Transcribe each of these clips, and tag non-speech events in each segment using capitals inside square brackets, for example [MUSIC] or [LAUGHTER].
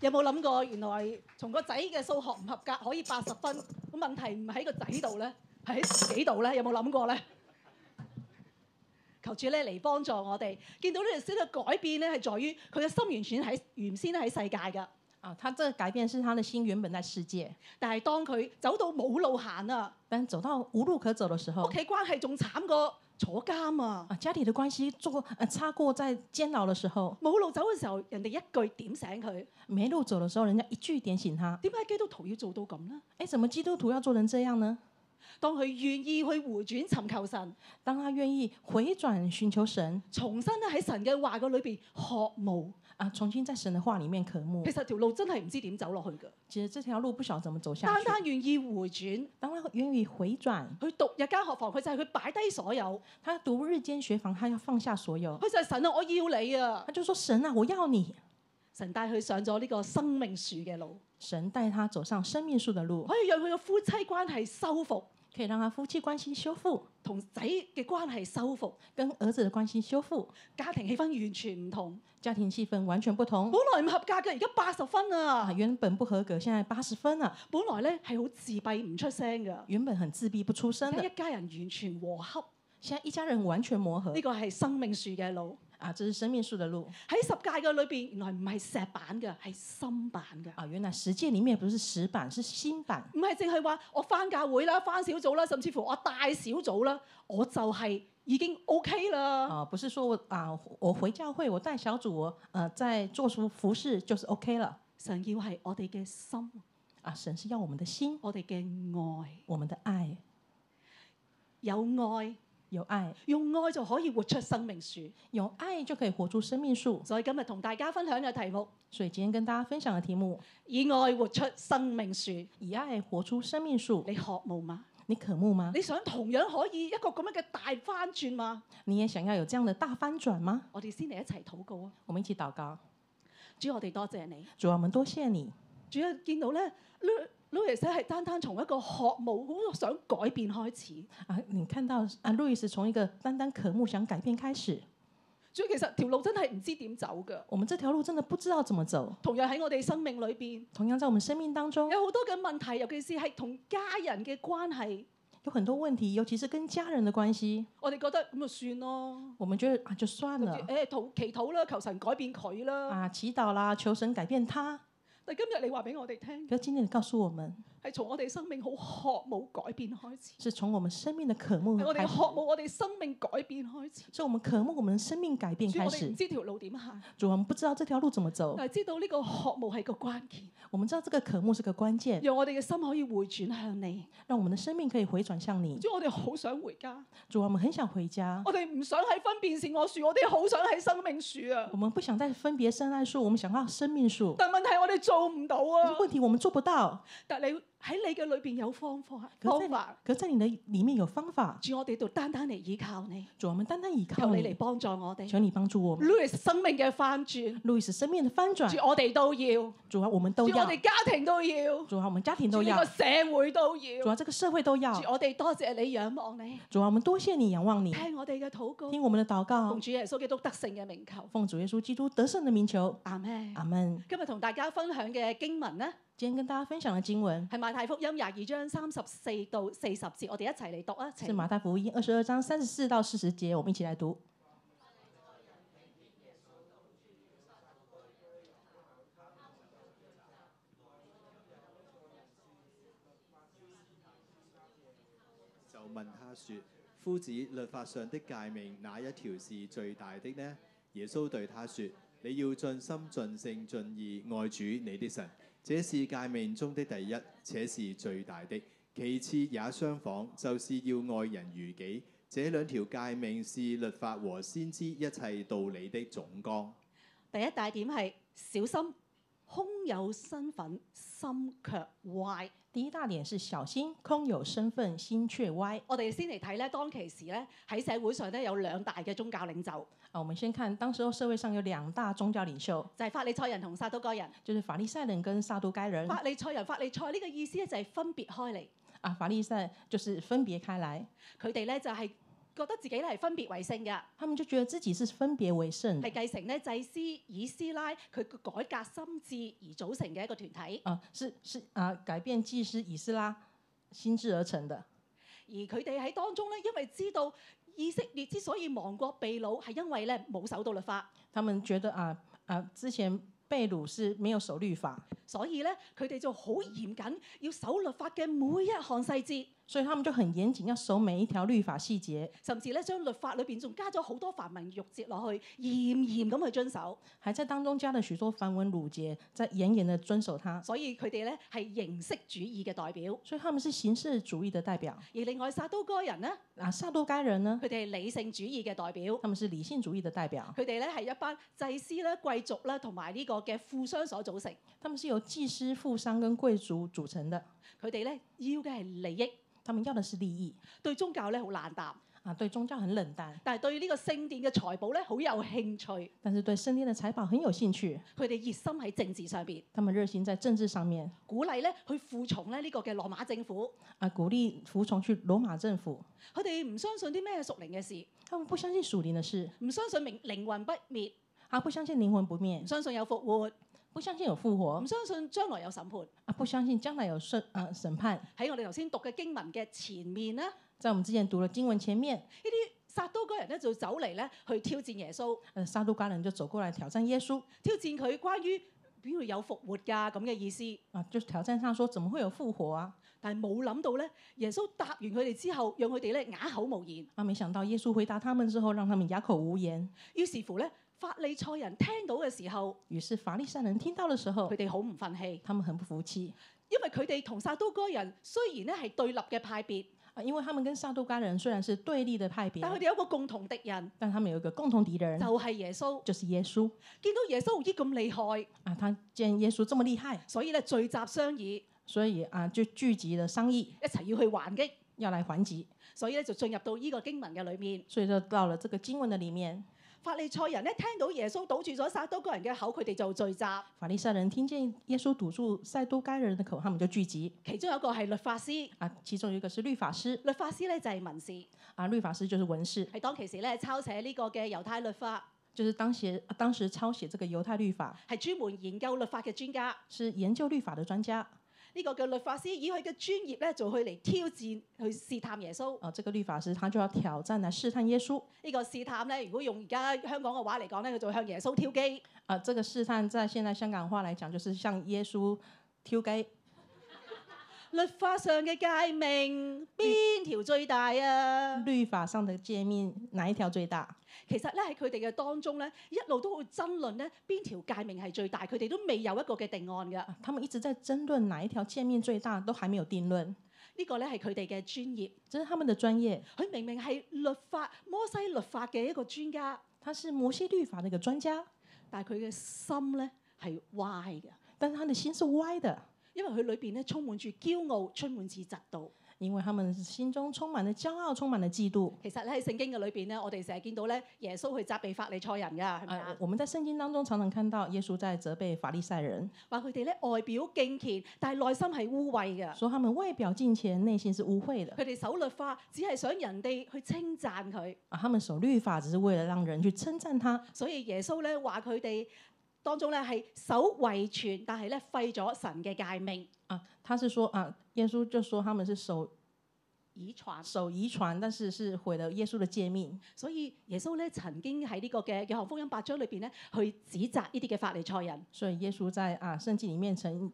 有冇諗過原來從個仔嘅數學唔合格可以八十分，咁問題唔喺個仔度咧，係喺自己度咧？有冇諗過咧？求主咧嚟幫助我哋，見到呢條線嘅改變咧，係在於佢嘅心完全喺原先喺世界㗎，啊，他这个改变是他的心原本在世界，但係當佢走到冇路行啊，但走到无路可走的时屋候，企關係仲慘過坐監啊！啊，家里的关系做呃差过在监牢的时候，冇路走嘅時候，人哋一句點醒佢。没路走的时候，人家一句点醒他，點解基督徒要做到咁呢？哎，怎么基督徒要做成这样呢？當佢願意去回轉尋求神，当他愿意回转寻求神重新咧喺神嘅話嘅裏邊學慕，啊，重新在神的话里面渴慕其，實條路真係唔知點走落去㗎。其实这条路不晓得怎么走下單去。單願意回轉，当他愿意回转，佢讀日間學房，佢就係佢擺低所有，他读日间学房，他要放下所有，佢就係神啊！我要你啊！他就说：“神啊，我要你。神帶佢上咗呢個生命樹嘅路，”神带他走上生命树的路，可以讓佢嘅夫妻關係修復，可以让他夫妻关系修复，同仔嘅關係修復，跟儿子的关系修复，家庭氣氛完全唔同。家庭气氛完全不同。本來唔合格嘅，而家八十分啊，啊！原本不合格，現在八十分了。本來咧係好自閉唔出聲㗎。原本很自閉不出聲而家的，一家人完全和洽，現在一家人完全磨合呢個係生命樹嘅路。啊，這是生命樹的路喺十戒嘅裏邊，原來唔係石板嘅，係心板嘅。啊。原來十戒裡面不是石板，是心板，唔係淨係話我翻教會啦、翻小組啦，甚至乎我帶小組啦，我就係已經 OK 啦。啊，不是說我啊，我回教會，我帶小組，我呃，在做出服饰就是 OK 了神要係我哋嘅心，啊。神是要我們的心，我哋嘅愛，我們的愛，有愛，有愛，用愛就可以活出生命樹。有愛就可以活出生命樹。所以今日同大家分享嘅題目：所以今天跟大家分享的題目，以愛活出生命樹。以愛活出生命樹，你渴慕嗎？你渴慕嗎？你想同樣可以一個咁樣嘅大翻轉嗎？你也想要有這樣的大翻轉嗎？我哋先嚟一齊禱告啊！我們一起禱告，主，我哋多謝你。主啊，我們多謝你。主啊，見到咧，Louis 係單單從一個學務好想改變開始。啊，你看到啊，路易斯从一个单单渴慕想改变开始，主要其實條路真係唔知點走㗎。我们这条路真的不知道怎么走。同樣喺我哋生命裏邊，同样在我们生命当中，有好多嘅問題，尤其是係同家人嘅關係，有很多问題，尤其是跟家人的关系，我哋覺得咁就算咯。我们觉得啊，就算跟了住誒禱祈禱啦，求神改變佢啦。啊，祈祷啦，求神改变他。但今日你話俾我哋聽，可是今天你告诉我们，係從我哋生命好渴慕改變開始，是从我们生命的渴慕哎係我哋开始，渴慕我哋生命改變開始。所以我们渴慕我们的生命改变主，开我哋唔始。啊知條路點行，主，我们不知道这条路怎么走，但係知道呢個渴慕係個關鍵，我们知道这个渴慕是个关键，讓我哋嘅心可以回轉向你。让我们的生命可以回转向你。主，我哋好想回家，主，我们很想回家，我哋唔想喺分辨善惡樹，我哋好想喺生命樹啊！我们不想再分别生爱树，我们想要生命树。但問題我哋做唔到可是啊！问题我们做不到，但你喺你嘅裏邊有方法，可方真係法可在你的里面有方法，主我哋度單單嚟依靠你，主啊我们单单依求靠你嚟你，幫助我哋。求你帮助我们。 Louis 生命嘅翻轉，路易斯生命的翻转主，我哋都要，主主啊，我们都我要，哋家庭都要，主啊，我们家庭主都呢要個，社會都主要。啊，这个社会都要主。我哋多謝你仰望你，主啊，我们多谢你，仰望你，聽我哋嘅禱告，听我们的祷告奉，主耶穌基督得勝嘅名求。奉主耶稣基督得胜的名求，阿咩？阿门。今日同大家分享嘅經文呢，今天跟大家分享的經文係馬太福音廿二章三十四到四十節，我哋一齊嚟讀啊！是請马太福音二十二章三十四到四十节，我们一起来读。就問他說：夫子，律法上的誡命哪一條是最大的呢？耶穌對他說：你要盡心、盡性、盡意愛主你的神，這是誡命中的第一，且是最大的。其次也相仿，就是要愛人如己。這兩條誡命是律法和先知一切道理的總綱。第一大點係小心，空有身份，心卻壞。第一大点是小心，空有身份，心却歪。我哋先嚟睇咧，當其時咧喺社會上咧有兩大嘅宗教領袖，啊，我们先看，当时候社会上有兩大宗教领袖，就係、法利賽人同撒都該人。就是法利赛人跟撒都该人。法利賽人、法利賽呢個意思咧就係分別開嚟，啊，法利赛就是分别开来，佢哋咧就係覺得自己咧係分別為聖嘅，他们就觉得自己是分别为圣的係繼承咧祭司以斯拉佢嘅改革心智而組成嘅一個團體，啊、是是啊、改变祭司以斯拉心智而成的。而佢哋喺當中咧，因為知道以色列之所以亡國被擄，係因為咧冇守到律法，他们觉得啊啊、之前被掳是没有守律法，所以咧佢哋就好嚴謹，要守律法嘅每一項細節，所以他们就很严谨，要守每一条律法细节，甚至咧將律法裏邊仲加咗好多繁文縟節落去，嚴嚴咁去遵守。还在当中加了许多繁文缛节，在严严的遵守它。所以佢哋咧係形式主義嘅代表。所以他们是形式主义的代表。而另外撒都該人咧，啊，撒都该人呢，佢哋係理性主義嘅代表。他们是理性主义的代表，佢哋咧係一班祭司啦、貴族啦同埋呢個嘅富商所組成。他们是由祭司、富商跟贵族组成的，佢哋咧要嘅係利益，他们要的是利益對宗教咧好冷淡，啊，對宗教很冷淡，但係對呢個聖殿嘅財寶咧好有興趣。但是对身边的财宝很有兴趣。佢哋熱心喺政治上邊，他们热心在政治上面鼓勵咧去附從咧呢個嘅羅馬政府。啊，鼓勵服從去羅馬政府。佢哋唔相信啲咩屬靈嘅事，他们不相信属灵的事，唔相信靈靈魂不滅，啊，不相信灵魂不唔灭，相信有復活，不相信有复活唔，相信將來有審判。啊，不相信将来有审啊审判。喺我哋頭先讀嘅經文嘅前面咧，呢在我们之前讀了經文前面，啲撒都該人咧就走嚟咧去挑戰耶穌，呃，撒都该人就走過來挑戰耶穌挑戰佢關於邊度有復活㗎咁嘅意思。啊，就是挑戰他說怎麼會有復活啊？但係冇諗到咧，耶穌答完佢哋之後，讓佢哋咧啞口無言。啊，沒想到耶穌回答他們之後，讓他們啞口無言。於是乎咧，法利賽人聽到嘅時候，於是法利賽人聽到的時候佢，哋好唔憤氣，他們很不服氣因為佢哋同撒都該人雖然咧係對立嘅派別，啊，因為他們跟撒都該人雖然是對立的派但佢別，哋有一個共同敵人，但他們有一個共同敵就人，係、耶穌。就是耶穌見到耶穌咦咁厲害，啊。他見耶穌這麼厲害，所以咧聚集商議，所以啊就聚集了商議，一齊要去還擊，要來還擊，所以咧就進入到呢個經文嘅裏面。所以就到了這個經文的裡面。法利賽人咧聽到耶穌堵住咗撒都該人嘅口，佢哋就聚集。法利賽人聽見耶穌堵住撒都該人的口，他們就聚集其中有一個係律法師，啊。其中有一個是律法師律法師咧就係文士，啊，律法師就是文士，係當其時咧抄寫呢個嘅猶太律法，就是當時當時抄寫這個猶太律法，係專門研究律法嘅專家。是研究律法的專家呢、個嘅律法師以佢嘅專業咧，就去嚟挑戰、去試探耶穌。啊。這個律法師他就要挑戰來試探耶穌。呢、個試探咧，如果用而家香港嘅話嚟講咧，佢就會向耶穌挑機。啊，这个试探在现在香港话来讲，就是像耶稣挑雞律法上嘅誡命邊條最大啊？律法上的诫命哪一條最大？其實咧喺佢哋嘅當中咧，一路都會爭論咧邊條誡命係最大，佢哋都未有一個嘅定案㗎。啊，他们一直在爭論哪一條诫命最大，都還沒有定論。呢個咧係佢哋嘅專業，這是他們的專業，佢明明係律法摩西律法嘅一個專家，他是摩西律法的一個專家，但係佢嘅心咧係歪嘅，但是他的心是歪的，因為佢裏邊咧充滿住驕傲，充滿住嫉妒。因為他們心中充滿了驕傲，充滿了嫉妒。其實咧喺聖經嘅裏邊咧，我哋成日見到咧耶穌去責備法利賽人㗎，係咪啊啊，？我們在聖經當中常常看到耶穌在責備法利賽人，話佢哋咧外表敬虔，但係內心係污穢嘅。說他們外表敬虔，內心是污穢的佢哋守律法只係想人哋去稱讚佢，啊。他們守律法只是為了讓人去稱讚他，所以耶穌咧話佢哋當中咧係守遺傳，但係咧廢咗神嘅誡命，啊，他是说啊，耶穌就说他们是守以傳。守遗传，但是是毁了耶穌的诫命。所以耶穌咧曾經喺呢個嘅約翰福音八章裏邊咧，去指責呢啲嘅法利賽人，所以耶穌在啊聖經里面曾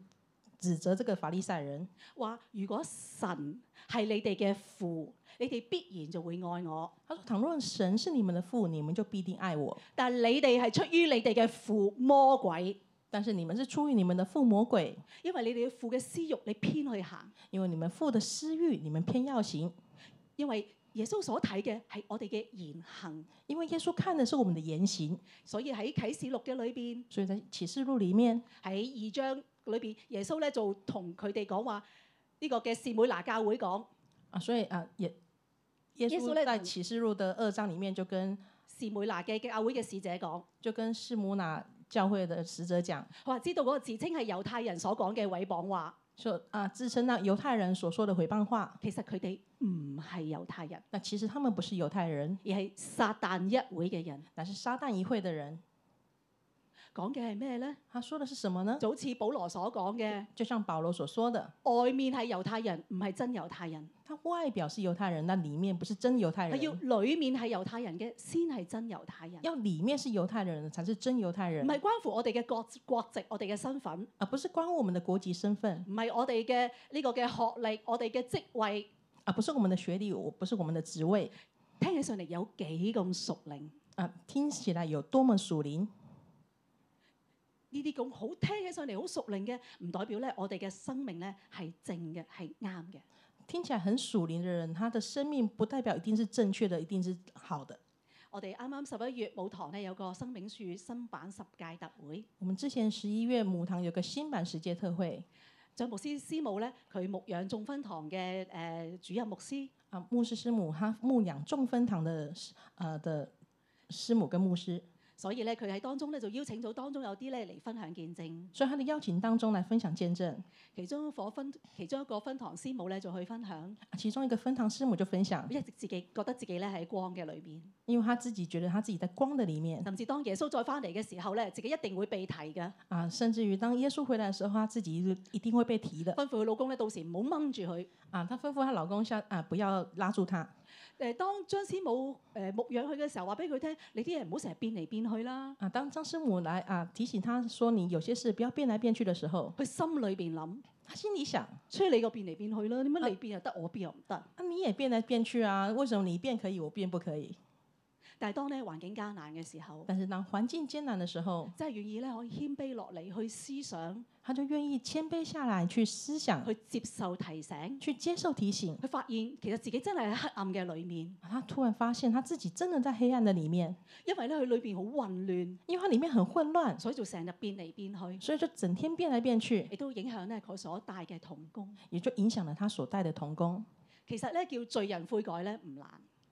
指責這個法利賽人，話如果神係你哋嘅父，你哋必然就會愛我。他说：倘若神是你們的父，你們就必定愛我。但係你哋係出於你哋嘅父魔鬼，但是你們是出於你們的父魔鬼，因為你哋嘅父嘅私欲，你偏去行。因為你們父的私欲，你們偏要行。因為耶穌所睇嘅係我哋嘅言行，因為耶穌看的是我們的言行，所以喺啟示錄嘅裏邊所以在啟示錄里面喺二章裏邊，耶穌咧就同佢哋講話呢個嘅士妹拿教會講，啊，所以啊也耶耶穌穌在在等啟示錄的二章里面就跟士妹拿嘅教會嘅使者講，就跟士母拿教會的使者講。佢話知道嗰個自稱係猶太人所講嘅毀謗話，说啊，自称那犹太人所说的毁谤话，其實佢哋唔係猶太人，那其實他們不是猶太人，而係撒旦一會嘅人。乃是撒旦一會的人。講嘅係咩呢？他說的是什麼呢？就好似保羅所講嘅，就像保羅所說的，外面係猶太人，唔係真猶太人，他外表是猶太人，那裡面不是真猶太係要人，裏面係猶太人嘅先係啊真猶太人，要裡面是猶太人才是真猶太唔人，係關乎我哋嘅國國籍、我哋嘅身份，而不是关乎我們的國籍身份，唔係我哋嘅呢個嘅學歷、我哋嘅職位，而不是我們的學歷，我不是我們的職位聽起上嚟有幾咁熟靈。啊，聽起來有多麼屬靈。呢啲咁好聽起上嚟好熟靈嘅，唔代表咧我哋嘅生命咧係正嘅，係啱嘅。听起来很属灵的人，他的生命不代表一定是正确的，一定是好的。我哋啱啱十一月舞堂咧有個生命樹新版十屆特會，我们之前十一月母堂有个新版十诫特会張牧師師母咧佢牧養眾分堂嘅誒、呃主任牧師，啊，牧师师母他牧养众分堂的呃的师母跟牧师，所以咧佢喺當中咧就邀請到當中有啲咧嚟分享見證，所以他的邀請當中来分享見證。其中一個分其中一個分堂師母咧就去分享，啊其中一個分堂师母就分享，一直自己覺得自己咧喺光嘅裏面，因为他自己覺得他自己在光的里面甚至當耶穌再翻嚟嘅時候咧，自己一定會被提嘅，啊，甚至于当耶穌回来的时候，他自己一定会被提的吩咐佢老公咧到時唔好掹住佢。啊。她吩咐她老公下啊，不要拉住他。誒，當張師母誒牧養佢嘅時候，話俾佢聽：你啲嘢唔好成日變嚟變去啦。啊，当张师母来啊提醒他说你有些事不要变来变去的时候，佢心裏邊諗：他心里想：吹你個變嚟變去啦，點解你變又得，我變又唔得？啊，你也變來變去啊，為什麼你變可以，我變不可以？但係當咧環境艱難嘅時候，但是當環境艱難的時候，真係願意咧可以謙卑落嚟去思想，他就願意謙卑下來去思想，去接受提醒。去接受提醒。佢發現其實自己真係喺黑暗嘅裏面，他突然發現他自己真的在黑暗的裡面，因為咧佢裏邊好混亂，因為他裡面很混亂，所以就成日變嚟變去，所以就整天變來變去，亦都影響咧佢所帶嘅童工。也就影響了他所帶的童工。其實咧叫罪人悔改咧唔難，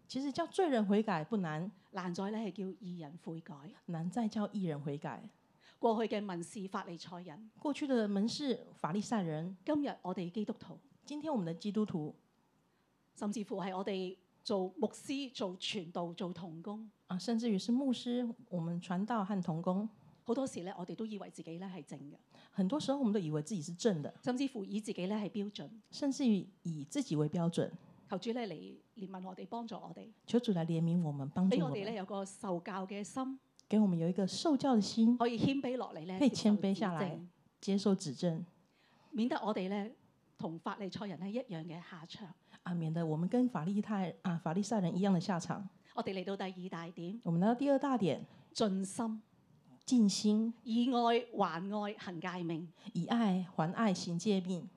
其實叫罪人悔改不難，難在咧係叫義人悔改。難在叫義人悔改。過去嘅民事法利賽人。過去的門士法利賽人，今日我哋基督徒，今天我們的基督徒甚至乎係我哋做牧師、做傳道、做童工，啊，甚至於是牧師，我們傳道和童工，好多時咧，我哋都以為自己咧係正嘅，很多時候我們都以為自己是正的。甚至乎以自己咧係標準。甚至於以自己為標準。求主咧嚟憐憫我哋，幫助我哋，求主來憐憫我們，幫助俾我我哋咧們，有個受教嘅心，給我們有一個受教的心，可以謙卑落嚟咧，可以接受謙卑指下來正，接受指正免得我哋咧同法利賽人咧一樣嘅下場。啊，免得我們跟法利太啊法利賽人一樣的下場。我哋嚟到第二大點，我們來到第二大點，盡心盡心以愛還愛，行戒命。以愛還愛，行戒命。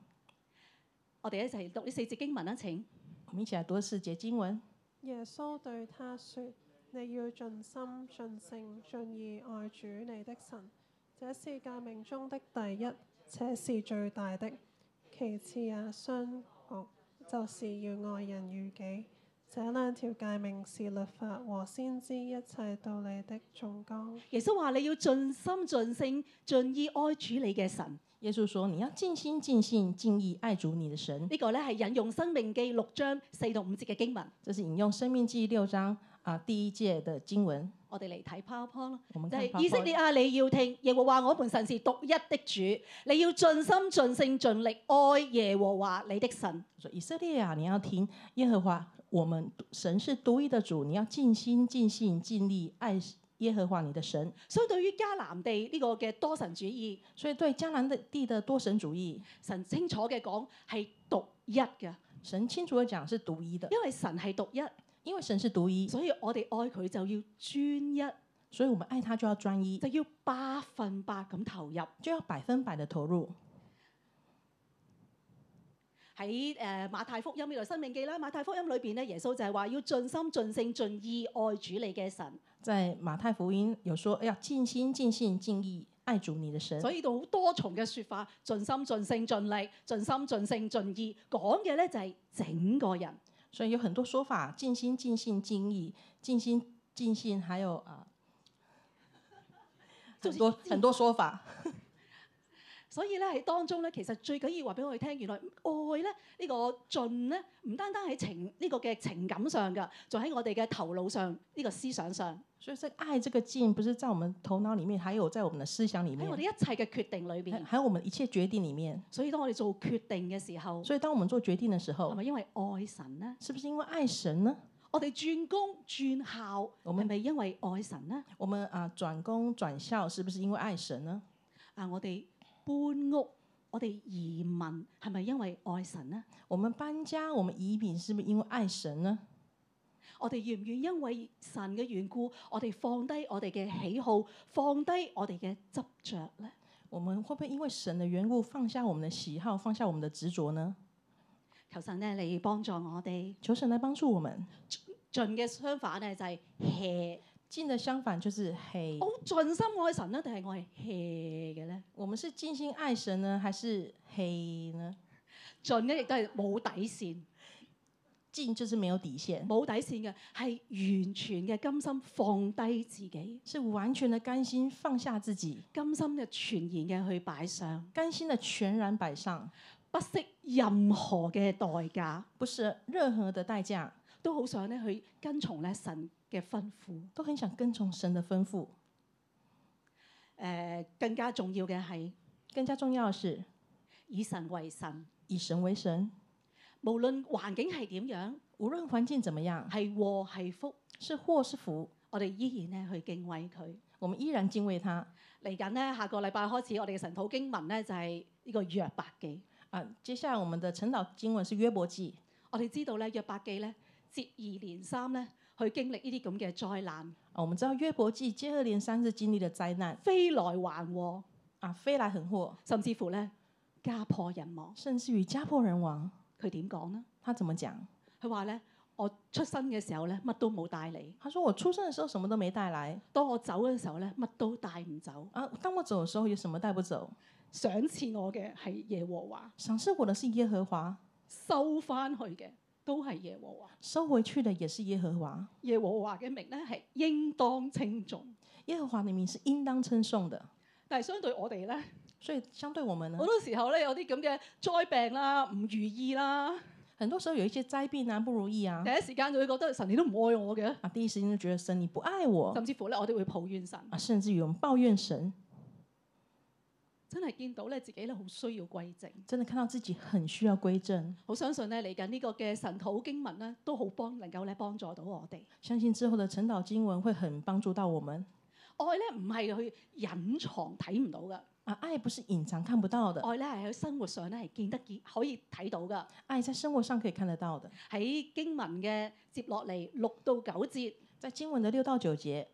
我哋一齊讀呢四節經文啦，請。我們一起來讀四節經文。耶穌對他說：你要盡心、盡性、盡意愛主你的神，這是誡命中的第一，且是最大的。其次也相同，就是要愛人如己。這兩條誡命是律法和先知一切道理的總綱。耶穌話：你要盡心、盡性、盡意愛主你嘅神。耶穌說：“你要盡心、盡性、盡意愛主你的神。呢個咧係引用《生命記》六章四到五節嘅經文，”這是引用《生命記》六章啊第一節的經文。我哋嚟睇 PowerPoint 咯。我們就看係以色 PowerPoint 列啊，你要聽耶和華我們神是獨一的主，你要盡心盡性盡力愛耶和華你的神。说以色列啊，你要听耶和华，我们神是独一的主，你要尽心、尽性、尽力爱耶和华你的神。相對於迦南地呢個嘅多神主義，所以对迦南的地的多神主义，神清楚嘅講係獨一嘅，神清楚的讲是独一的，因為神係獨一，因为神是独一，所以我哋愛佢就要專所以我们爱他就要专一，一，就要百分百咁投入。就要百分百的投入。喺誒、呃、馬太福音呢度《生命記》啦，馬太福音裏邊咧，耶穌就係話要盡心盡性盡意愛主你嘅神。在马太福音有说要尽心、尽性、尽意爱主你的神所，以呢度好多重嘅説法，盡心盡性盡力，盡心盡性盡意，講嘅咧就係整個人。所以有很多说法，尽心、尽性、尽意、尽心、尽性，还 [LAUGHS] 有啊、就很是多很多说法。所以咧喺當中咧，其實最緊要話俾我哋聽，原來愛咧呢、呢個盡咧，唔單單喺情呢、個嘅情感上㗎，仲喺我哋嘅頭腦上呢、個思想上，所以这个爱这个劲，不是在我们头脑里面，还有在我们的思想里喺面我哋，一切嘅決定裏还邊。还有我们一切决定里面。所以當我哋做決定嘅時候，所以当我们做决定的时係候，咪因為愛神呢？是不是因为爱神呢？我哋轉工轉校，我們係咪因為愛神呢？我们啊转工转校，是不是因为爱神呢？啊，我哋搬屋，我哋移民，係咪因為愛神呢？我们搬家，我们移民，是不是因为爱神呢？我哋願唔願因為神嘅緣故，我哋放低我哋嘅喜好，放低我哋嘅執着呢？我们会不会因为神的缘故放下我们的喜好，放下我们的执着呢？求神咧，你幫助我哋。求神来帮助我们。盡嘅相反咧就係 hea，尽的相反就是黑我。好盡心愛神呢，定係我係 hea 嘅咧？我们是尽心爱神呢，还是黑呢？盡咧亦都係冇底線，尽就是没有底线，冇底線嘅係完全嘅甘心放低自己，是完全的甘心放下自己，甘心嘅全然嘅去擺上，甘心的全然摆上，不惜任何嘅代價，不是任何的代价，都好想咧去跟從咧神嘅吩咐。都很想跟从神的吩咐。誒、更加重要嘅係更加重要的是，以神為神，以神为神，無論環境係點樣，无论环境怎么样，係禍係福，是祸是福，我哋依然咧去敬畏佢。我們依然敬畏他。嚟緊咧，下個禮拜開始，我哋嘅神土經文咧就係、呢個約伯記。啊，接下来我们的晨祷经文是约伯记。我哋知道咧，約伯記咧接二連三咧去經歷呢啲咁嘅災難，啊，我们知道約伯记接二连三是经历了灾難飛來橫禍，啊，飛來橫禍，甚至乎咧家破人亡。甚至於家破人亡。佢點講呢？他怎么講？佢話咧：我出生嘅時候咧，乜都冇帶嚟；他說：我出生的時候什麼都沒帶來當我走嘅時候咧，乜都帶唔走。啊，當我走的時候有什麼帶不走？賞賜我嘅係耶和華，賞賜我的是耶和華，收翻去嘅都係耶和華。收回去的也是耶和華。耶和華嘅名咧係應當稱重，耶和華的名是應當稱頌的。但係相對我哋咧。所以相對我們呢好，多時候咧，有啲咁嘅災病啦、唔如意啦，很多時候有一些災病啊、不如意啊第，一時間就會覺得神你都唔愛我嘅，啊，第一時間就覺得神你不愛我甚至乎咧，我哋會抱怨神，啊，甚至於我們抱怨神，真係見到咧自己咧好需要歸正，真的看到自己很需要歸正。好相信咧嚟緊呢個嘅神土經文咧，都好幫能夠咧幫助到我哋。相信之後的晨禱經文會很幫助到我們愛咧唔係去隱藏睇唔到嘅，啊！愛不是隱藏看不到的，愛咧係喺生活上咧係見得見可以睇到嘅。愛在生活上可以看得到的。喺經文嘅接落嚟六到九節，在經文的六到九節，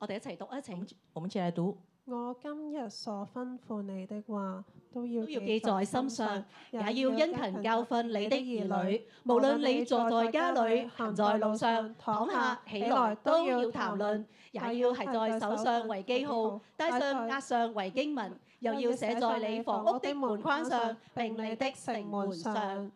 我哋一齊讀一齊我們一起來讀：我今日所吩咐你的話，都要都要記在心上，也要殷勤教訓你的兒女。。無論你坐在家裏、行在路上、躺下起來，都要談論，也要係在手上為記號，戴上額上為經文，又要寫在你房屋的門框上，並你的城門上。呢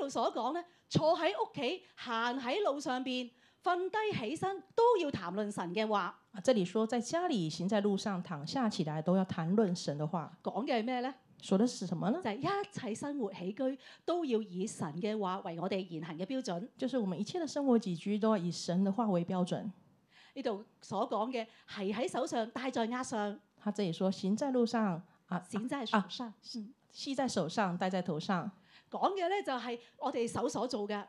度所講呢，坐喺屋企、行喺路上邊、瞓低起身，都要談論神嘅話。啊，這裡說在家裡、行在路上、躺下起來，都要談論神的話。講嘅係咩呢？說的是什麼呢就？係、一切生活起居都要以神嘅話為我哋言行嘅標準。就是我們一切的生活起居都要以神的話為標準。呢度所講嘅係喺手上，戴在額上，他這裡說：行在路上啊，閃在手上。嗯系在手上，戴在頭上講嘅咧就係我哋手所做嘅，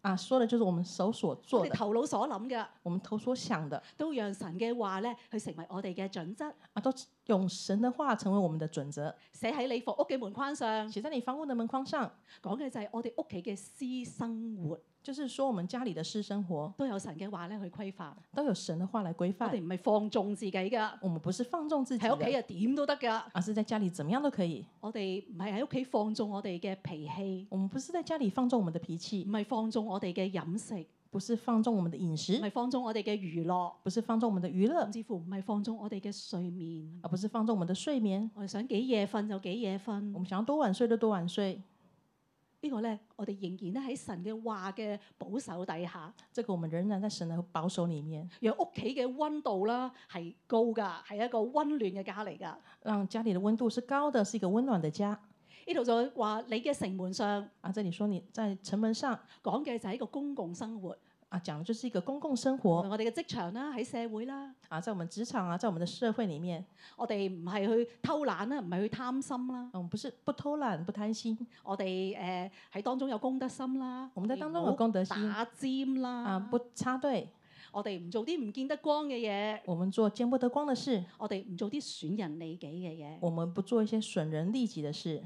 啊。說的就是我們手所我做哋 [LAUGHS] 的，頭腦所諗嘅，我們頭所想的都讓神嘅話咧去成為我哋嘅準則，啊，都用神的話成為我們的準則。寫喺你房屋嘅門框上。写在你房屋的门框上，講嘅就係我哋屋企嘅私生活就是说我们家里的私生活都有神嘅話咧去規範，都有神的话来规我范哋。唔係放縱自己㗎，我们不是放纵自己喺屋企的，啊點都得㗎。而是在家里怎么样都可以。我哋唔係喺屋企放縱我哋嘅脾氣，我们不是在家里放纵我们的脾唔气，係放縱我哋嘅飲食，唔不是放纵我们的饮食係，放縱我哋嘅娛樂，不是放纵我们的娱乐甚，至乎唔係放縱我哋嘅睡眠。而不是放纵我们的睡眠。我哋想幾夜瞓就幾夜瞓，我呢们想要多晚睡就多晚睡，呢個咧，我哋仍然咧喺神嘅話嘅保守底下，这个我们仍然在神的保守里面，讓屋企嘅温度啦係高㗎，係一個温暖嘅家嚟㗎。让家里的温度是高的，是一个温暖的家。呢度就話你嘅城門上啊，这里说你在城门上講嘅就係一個公共生活，啊，讲的就是一个公共生無活論我哋嘅職場啦，喺社會啦，啊，在我们职场啊，在我们的社会里面，我哋唔係去偷懶啦，唔係去貪心啦，嗯，不是不偷懒、不贪心，我哋誒喺當中有公德心啦，我們在當中唔好有公德心打尖啦，啊，不插队，我哋唔做啲唔見得光嘅嘢，我们做见不得光的事，我哋唔做啲損人利己嘅嘢。我们不做一些损人利己的事。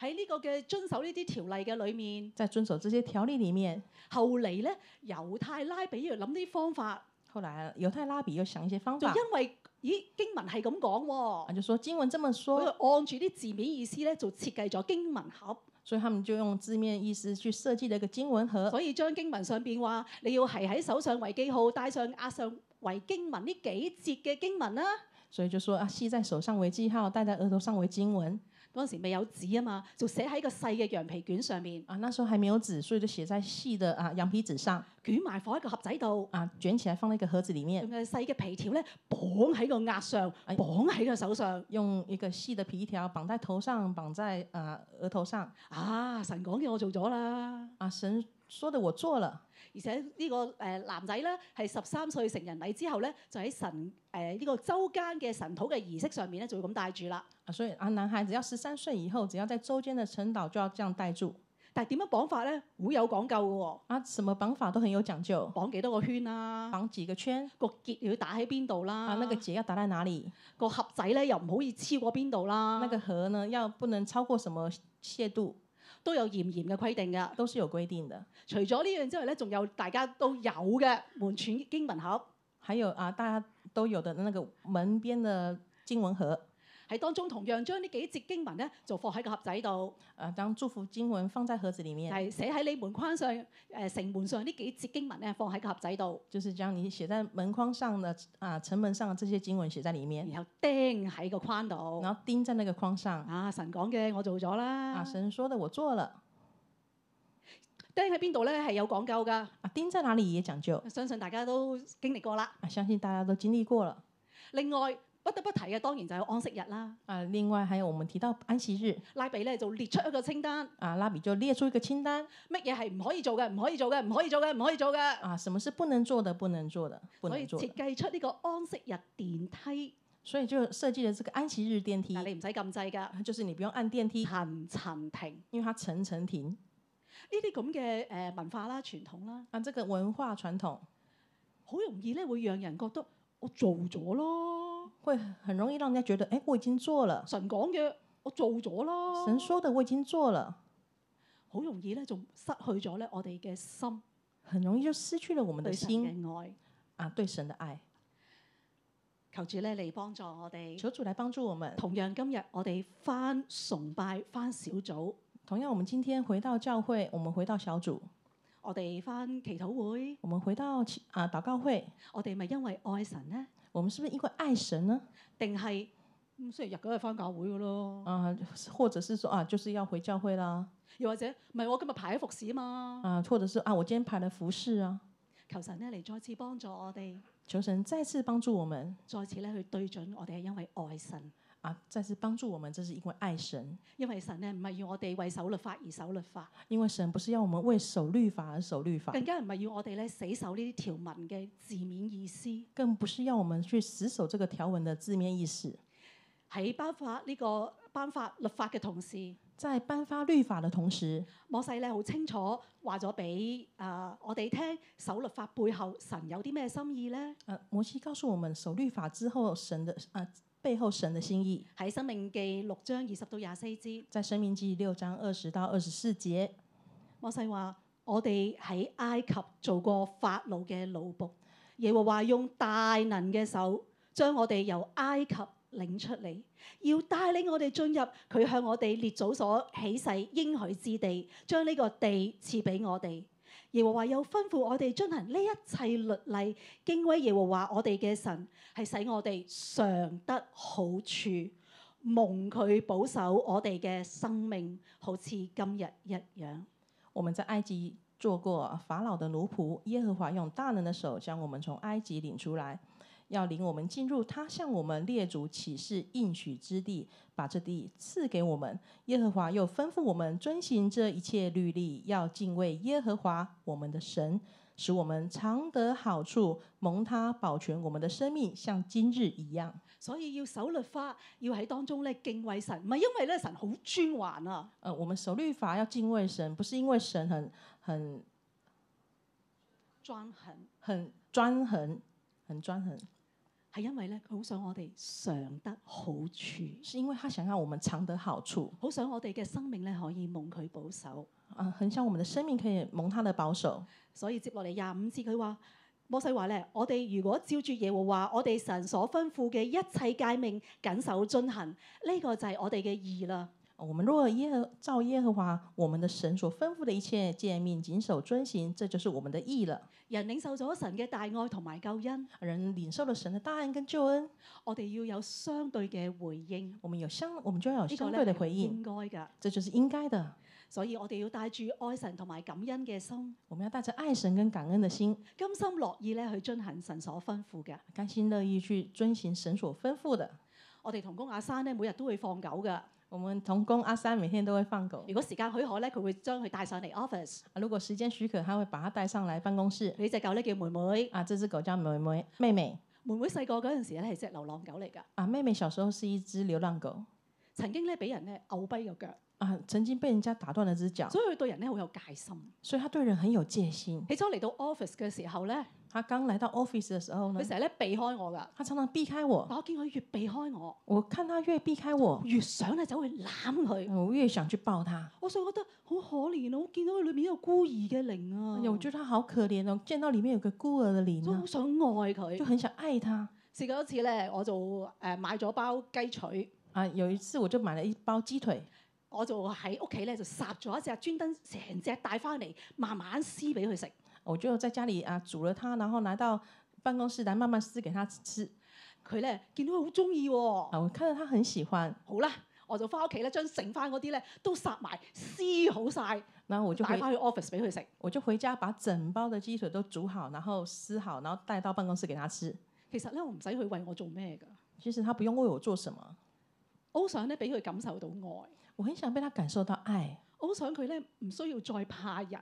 喺呢個嘅遵守呢啲條例嘅裏面，在遵守这些条例里面，後嚟咧猶太拉比要諗啲方法，后来啊犹太拉比又想一些方就法，因為咦經文係咁講喎啊，，就说经文这么佢就说，按住啲字面意思咧就設計咗經文盒，所以他们就用字面意思去设計了一个经文盒，所以將經文上邊話你要係喺手上為記號，戴上額上為經文呢幾節嘅經文啦。所以就说啊，系在手上为记号，戴在额头上为经文嗰陣時未有紙啊嘛，就寫喺個細嘅羊皮卷上面，啊。那时候还没有纸，所以就写在细的啊羊皮纸上捲埋放喺個盒仔度，啊，卷起来放在一个盒子里用面，嘅細嘅皮條咧綁喺個額上，哎綁喺個手上。用一个细的皮条綁在头上，綁在啊额头上啊，神講嘅我做咗啦。啊。神说的我做了。而且呢個誒男仔咧，係十三歲成人禮之後咧，就喺神誒呢個周間嘅神土嘅儀式上面咧，就會咁戴住啦。啊，所以啊，男孩子要十三岁以后，只要在周间的晨祷就要这样戴住但係點樣綁法咧？好有講究嘅喎、啊，什么绑法都很有讲究，綁幾多個圈啊啦、绑几个圈個結要打喺邊度啦，啊，那个结要打在哪里，個盒仔咧又唔可以超過邊度啦，那個盒呢要不能超过什么限度，都有嚴嚴嘅規定㗎。都是有规定的。除咗呢樣之外咧，仲有大家都有嘅門串經文盒，还有啊，大家都有的那个门边的经文盒喺當中同樣將呢幾節經文咧就放喺個盒仔度，啊，将祝福經文放在盒子里就面，係寫喺你門框上誒、城門上呢幾節經文咧放喺個盒仔度。就是将你写在门框上的啊城门上的这些经文写在里面，然後釘喺個框度。然后钉在那个框上啊！神講嘅我做咗啦啊，。神说的我做了釘喺邊度咧係有講究噶，啊，钉在哪里也讲究相信大家都經歷過啦。啊，相信大家都经历过了。另外不得不提嘅當然就係安息日啦。啊，另外还有我们提到安息日拉比咧就列出一個清單，啊，拉比就列出一个清单乜嘢係唔可以做嘅，唔可以做嘅，唔可以做嘅，唔可以做嘅。啊，什么是不能做的，不能做的，不所以能做設的，計出呢個安息日電梯，所以就设计了这个安息日电梯但，你唔使禁制㗎，啊就是你不用按电梯，層層停。因为它层层停。呢啲咁嘅誒文化啦、傳統啦，啊，这个文化传统好容易咧會讓人覺得我做咗咯，会很容易让人家觉得，哎，我已经做了，神講嘅我做咗咯。神说的我已经做了，好容易咧，仲失去咗咧我哋嘅心很容易就失去了我们的對神心嘅愛。啊，对神的爱。求主咧嚟幫助我哋。求主来帮助我们。同樣今日我哋翻崇拜、翻小組，同样，我们今天回到教会，我们回到小组，我哋翻祈禱會，我们回到祈啊祷告会，我哋咪因為愛神呢？我们是不是因为爱神呢？定係咁星期日嗰日翻教會噶咯？啊，或者是说啊，就是要回教会啦，又或者唔係我今日排喺服侍啊嘛？啊，或者是啊，我今天排了服饰啊，求神咧嚟再次幫助我哋，求神再次帮助我们再次咧去對準我哋係因為愛神，啊，再次帮助我们，这是因为愛神，因為神咧唔係要我哋為守律法而守律法，因为神不是要我们为守律法而守律法，更加唔係要我哋咧死守呢啲條文嘅字面意思。更不是要我们去死守这个条文的字面意思。喺頒發呢個頒發律法嘅同時，在颁发律法的同时，摩西咧好清楚話咗俾啊我哋聽，守律法背後神有啲咩心意呢？啊，摩西告诉我们守律法之后，神的啊背后神的心意，喺《生命記》六章二十到廿四節，在生命记六章二十到二十四节，摩西話：我哋喺埃及做過法老嘅奴仆，耶和華用大能嘅手將我哋由埃及領出嚟，要帶領我哋進入佢向我哋列祖所起誓應許之地，將呢個地賜俾我哋。耶和華又吩咐我哋遵行呢一切律例，敬畏耶和華我哋嘅神，係使我哋常得好處，蒙佢保守我哋嘅生命，好似今日一樣。我们在埃及做过法老的奴仆，耶和华用大能的手将我们从埃及领出来，要领我们进入他向我们列祖起誓应许之地，把这地赐给我们。耶和华又吩咐我们遵行这一切律例，要敬畏耶和华我们的神，使我们常得好处，蒙他保全我们的生命，像今日一样。所以要守律法，要喺當中咧敬畏神，唔係因為咧神好專橫啊，呃，我们守律法要敬畏神，不是因为神很很專行很专横，很专横，係因為咧佢好想我哋常得好處，是因为他想要我们尝得好处，好想我哋嘅生命咧可以蒙佢保守。啊、很想我们的生命可以蒙他的保守。所以接落嚟廿五節佢話：摩西話咧，我哋如果照住耶和華我哋神所吩咐嘅一切誡命，緊守遵行，呢、個就係我哋嘅義啦。呃我们若耶和照耶和华我们的神所吩咐的一切诫命谨守遵行，这就是我们的义了。人領受咗神嘅大愛同埋救恩，人领受了神的大恩跟救恩，我哋要有相對嘅回應。我们有相，我们就要有呢個相咧对的係回应，應該㗎，这就是应该的。所以我哋要帶住愛神同埋感恩嘅心，我们要带着爱神跟感恩的心，甘心樂意咧去遵行神所吩咐嘅。甘心乐意去遵行神所吩咐的。我哋同工阿生咧每日都會放狗㗎，我们童工阿三每天都会放狗，如果時間許可咧，佢會將佢帶上嚟 office。啊如果时间许可，他会把它带上来办公室。呢只狗咧叫妹妹，啊，这只狗叫妹妹妹妹妹妹細個嗰陣時咧係只流浪狗嚟㗎。啊，妹妹小时候是一只流浪狗曾經咧俾人咧摳跛個腳，啊，曾经被人家打断了只脚，所以佢對人咧好有戒心。所以它對人很有戒心。起初嚟到 office 嘅時候咧，它剛來到 office 的时候呢佢，成日咧避開我㗎。它常常避開我，但我見佢越避開我，我看它越避開我，越想咧走去攬佢。我越想去抱它。我就覺得好可憐啊！我見到佢裏面有孤兒嘅靈啊哎，呀，我觉得它好可憐哦，見到裡面有個孤兒的靈所以呢好，想愛就佢。很想愛它。試過一次咧，我就誒、呃、買咗包雞腿，啊，有一次我就買了一包雞腿，我就喺屋企咧就殺咗一隻，專登成隻帶翻嚟，慢慢撕俾佢食。我就在家裡啊煮了它，然後拿到辦公室來慢慢撕給它吃。佢咧見到佢好中意喎，啊，我看到它很喜歡，好啦，我就翻屋企咧將剩翻嗰啲咧都殺埋，撕好晒，然後我就帶回翻去 office 俾佢食。我就回家把整包的鸡腿都煮好，然后撕好，然后带到办公室给他吃。其實咧我唔使佢為我做咩㗎，其实他不用为我做什么，我好想咧俾佢感受到愛，我很想被他感受到爱，我好想佢咧唔需要再怕人，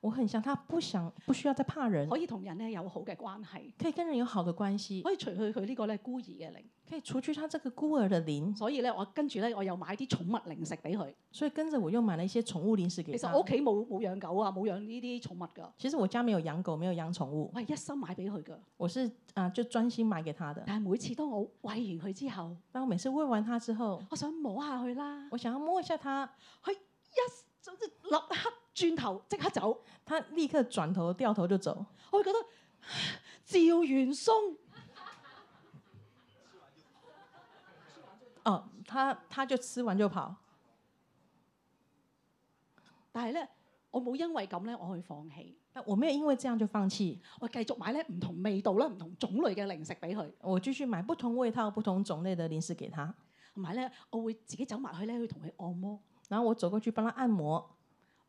我很想他不想不需要再怕人，可以同人咧有好嘅關係，可以跟人有好的关系，可以除去佢呢個咧孤兒嘅靈。可以除去他這个孤儿的灵。所以咧，我跟住咧，我又買啲寵物零食俾佢。所以跟着我又买了一些宠物零食给其實他我。屋企冇冇養狗啊，冇養呢啲寵物㗎，其实我家没有养狗，没有养宠物，我係一心買俾佢㗎。我是啊、就专心买给他的。但係每次當我餵完佢之後，但我每次喂完他之后，我想摸下佢啦，我想要摸一下他，就即立刻轉頭即刻走，他立刻转头掉头就走。我會覺得 [SIGHS] 唉趙元松哦，他他就吃完就跑。但係咧，我冇因為咁咧，我去放棄，但我沒有因为这样就放弃，我繼續買咧唔同味道啦、唔同種類嘅零食俾佢，我继续买不同味道、不同种类的零食给他，同埋咧，我會自己走埋去咧去同佢按摩。然后我走过去帮他按摩。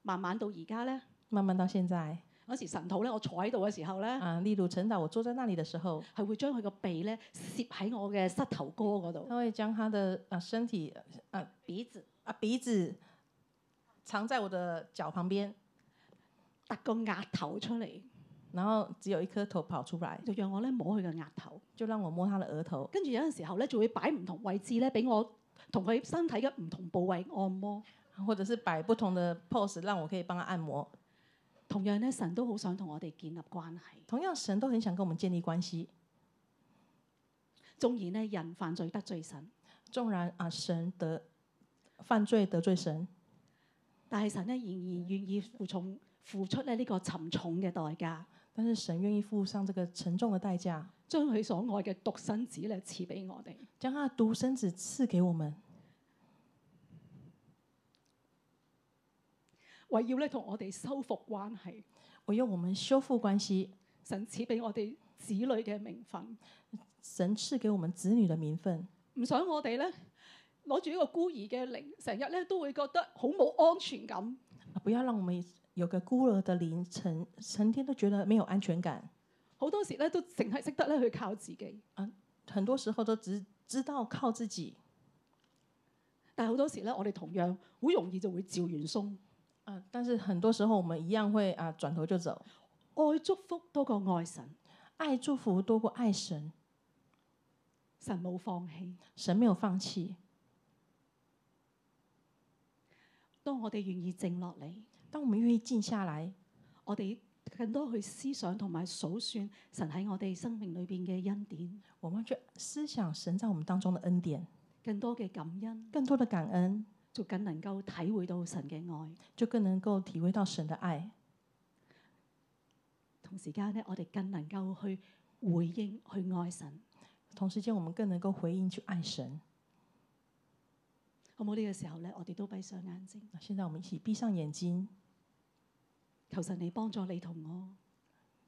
慢慢到而家咧，慢慢到現在嗰時神土咧，我坐喺度嘅時候咧，啊，例如陳導，我坐在那裡的時候，係會將佢個鼻咧攝喺我嘅膝頭哥嗰度，他會將他的啊身體啊鼻子啊鼻子藏在我的腳旁邊，突個額頭出嚟，然後只有一顆頭跑出來，就讓我咧摸佢嘅額頭。就讓我摸他的額頭。跟住有陣時候咧，就會擺唔同位置咧，俾我同佢身體嘅唔同部位按摩。或者是擺不同的 pose，讓我可以幫他按摩。同樣咧，神都好想同我哋建立關係。同樣，神都很想跟我們建立關係。縱然咧，人犯罪得罪神。縱然啊，神得犯罪得罪神，但係神咧仍然願意付重付出咧呢個沉重嘅代價，但是神願意付上這個沉重的代價，將佢所愛嘅獨生子咧賜俾我哋。將他的獨生子賜給我們。為要咧同我哋修復關係，唯有我们修复关系，神賜俾我哋子女嘅名分，神赐给我们子女的名分，唔想我哋咧攞住呢個孤兒嘅靈，成日咧都會覺得好冇安全感。啊不要让我们有個孤兒的靈，成成天都觉得没有安全感，好多時咧都淨係識得咧去靠自己，很多時候都只知道靠自己。但係好多時咧我哋同樣好容易就會照完鬆，啊，但是很多时候我們一樣會啊轉頭就走，愛祝福多過愛神，愛祝福多過愛神，神冇放棄。神沒有放棄。當我哋願意靜落嚟，當我們願意靜下來，我哋更多去思想同埋數算神喺我哋生命裏邊嘅恩典，我們去思想神在我們當中的恩典，更多嘅感恩，更多的感恩，就更能夠體會到神嘅愛。就更能夠體會到神的愛。同時間咧，我哋更能夠去回應、去愛神，同時間，我們更能夠回應去愛神。好冇？呢、個時候咧，我哋都閉上眼睛，那啊現在我們一起閉上眼睛，求神你幫助你同我，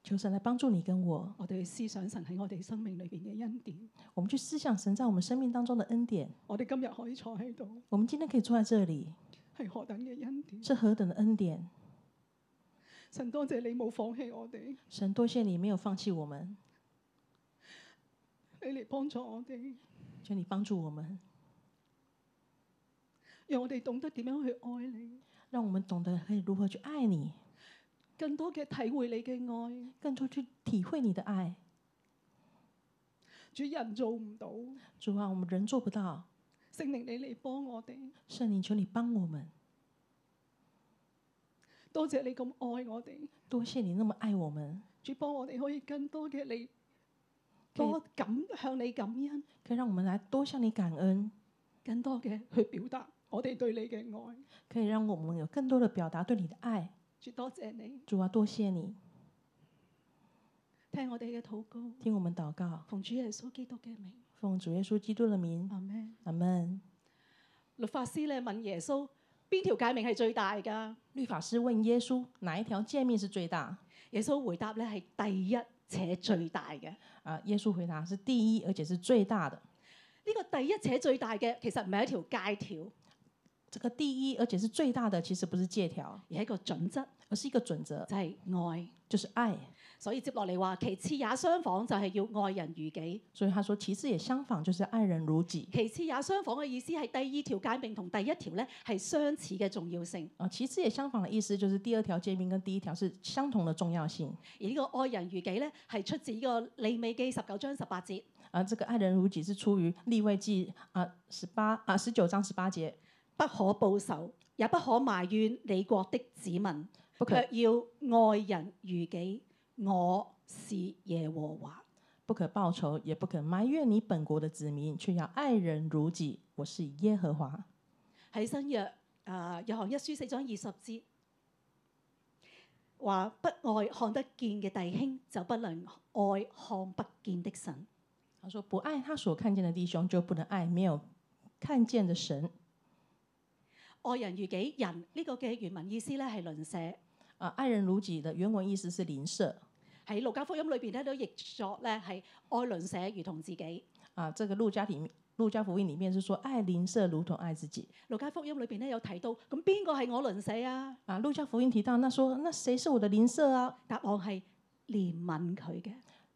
求神來幫助你跟我，我哋去思想神喺我哋生命裏邊嘅恩典。我們去思想神在我們生命當中的恩典。我哋今日可以坐喺度，我們今天可以坐在這裡，係何等嘅恩典！是何等的恩典！神多謝你冇放棄我哋，神多謝你沒有放棄我們，你嚟幫助我哋，求你幫助我們，讓我哋懂得點樣去愛你，讓我們懂得可以如何去愛你，更多嘅體會你嘅愛。更多去體會你的愛。主人做唔到，主啊，我們人做不到，聖靈你嚟幫我哋，聖靈求你幫我們。多謝你咁愛我哋，多謝你那麼愛我們，主幫我哋可以更多嘅你多多感向你感恩，可以讓我們來多向你感恩，更多嘅去表達我哋對你嘅愛。可以讓我們有更多的表達對你的愛。主多謝你，主啊，多謝你，聽我哋嘅禱告，聽我們禱告，奉主耶穌基督嘅名，奉主耶穌基督的名，阿咩？阿門。律法師咧問耶穌邊條誡命係最大㗎？律法師問耶穌哪一條誡命是最大？耶穌回答咧係第一且最大嘅。呢、啊，耶穌回答是第一，而且是最大的。個第一且最大嘅其實唔係一條戒條，这个第一，而且是最大的，其實不是借條，而係一個準則，而是一個準則，就係、愛。就是愛。所以接落嚟話，其次也相仿，就係要愛人如己。所以他說，其次也相仿，就是愛人如己。其次也相仿嘅意思係第二條誡命同第一條咧係相似嘅重要性，啊，其次也相仿的意思就是第二條誡命跟第一條是相同的重要性。而呢個愛人如己咧係出自呢個利未記十九章十八節。啊，这个爱人如己是出于立位记啊十八啊十九章十八节，不可報仇，也不可埋怨你國的子民，不卻可要愛人如己。我是耶和華。不可报仇，也不可埋怨你本国的子民，却要爱人如己。我是耶和华。喺新約啊、約翰一書四章二十節話：不愛看得見嘅弟兄，就不能愛看不見的神。他说不爱他所看见的弟兄，就不能爱没有看见的神。愛人如己，人呢、個嘅原文意思咧係鄰舍。啊，爱人如己的原文意思是邻舍。喺路加福音裏邊咧都譯作咧係愛鄰舍如同自己。啊，这个路加里面路加福音里面是说爱邻舍如同爱自己。路加福音裏邊咧有提到，咁邊個係我鄰舍啊？啊，路加福音提到那说那谁是我的邻舍啊？答案係憐憫佢嘅。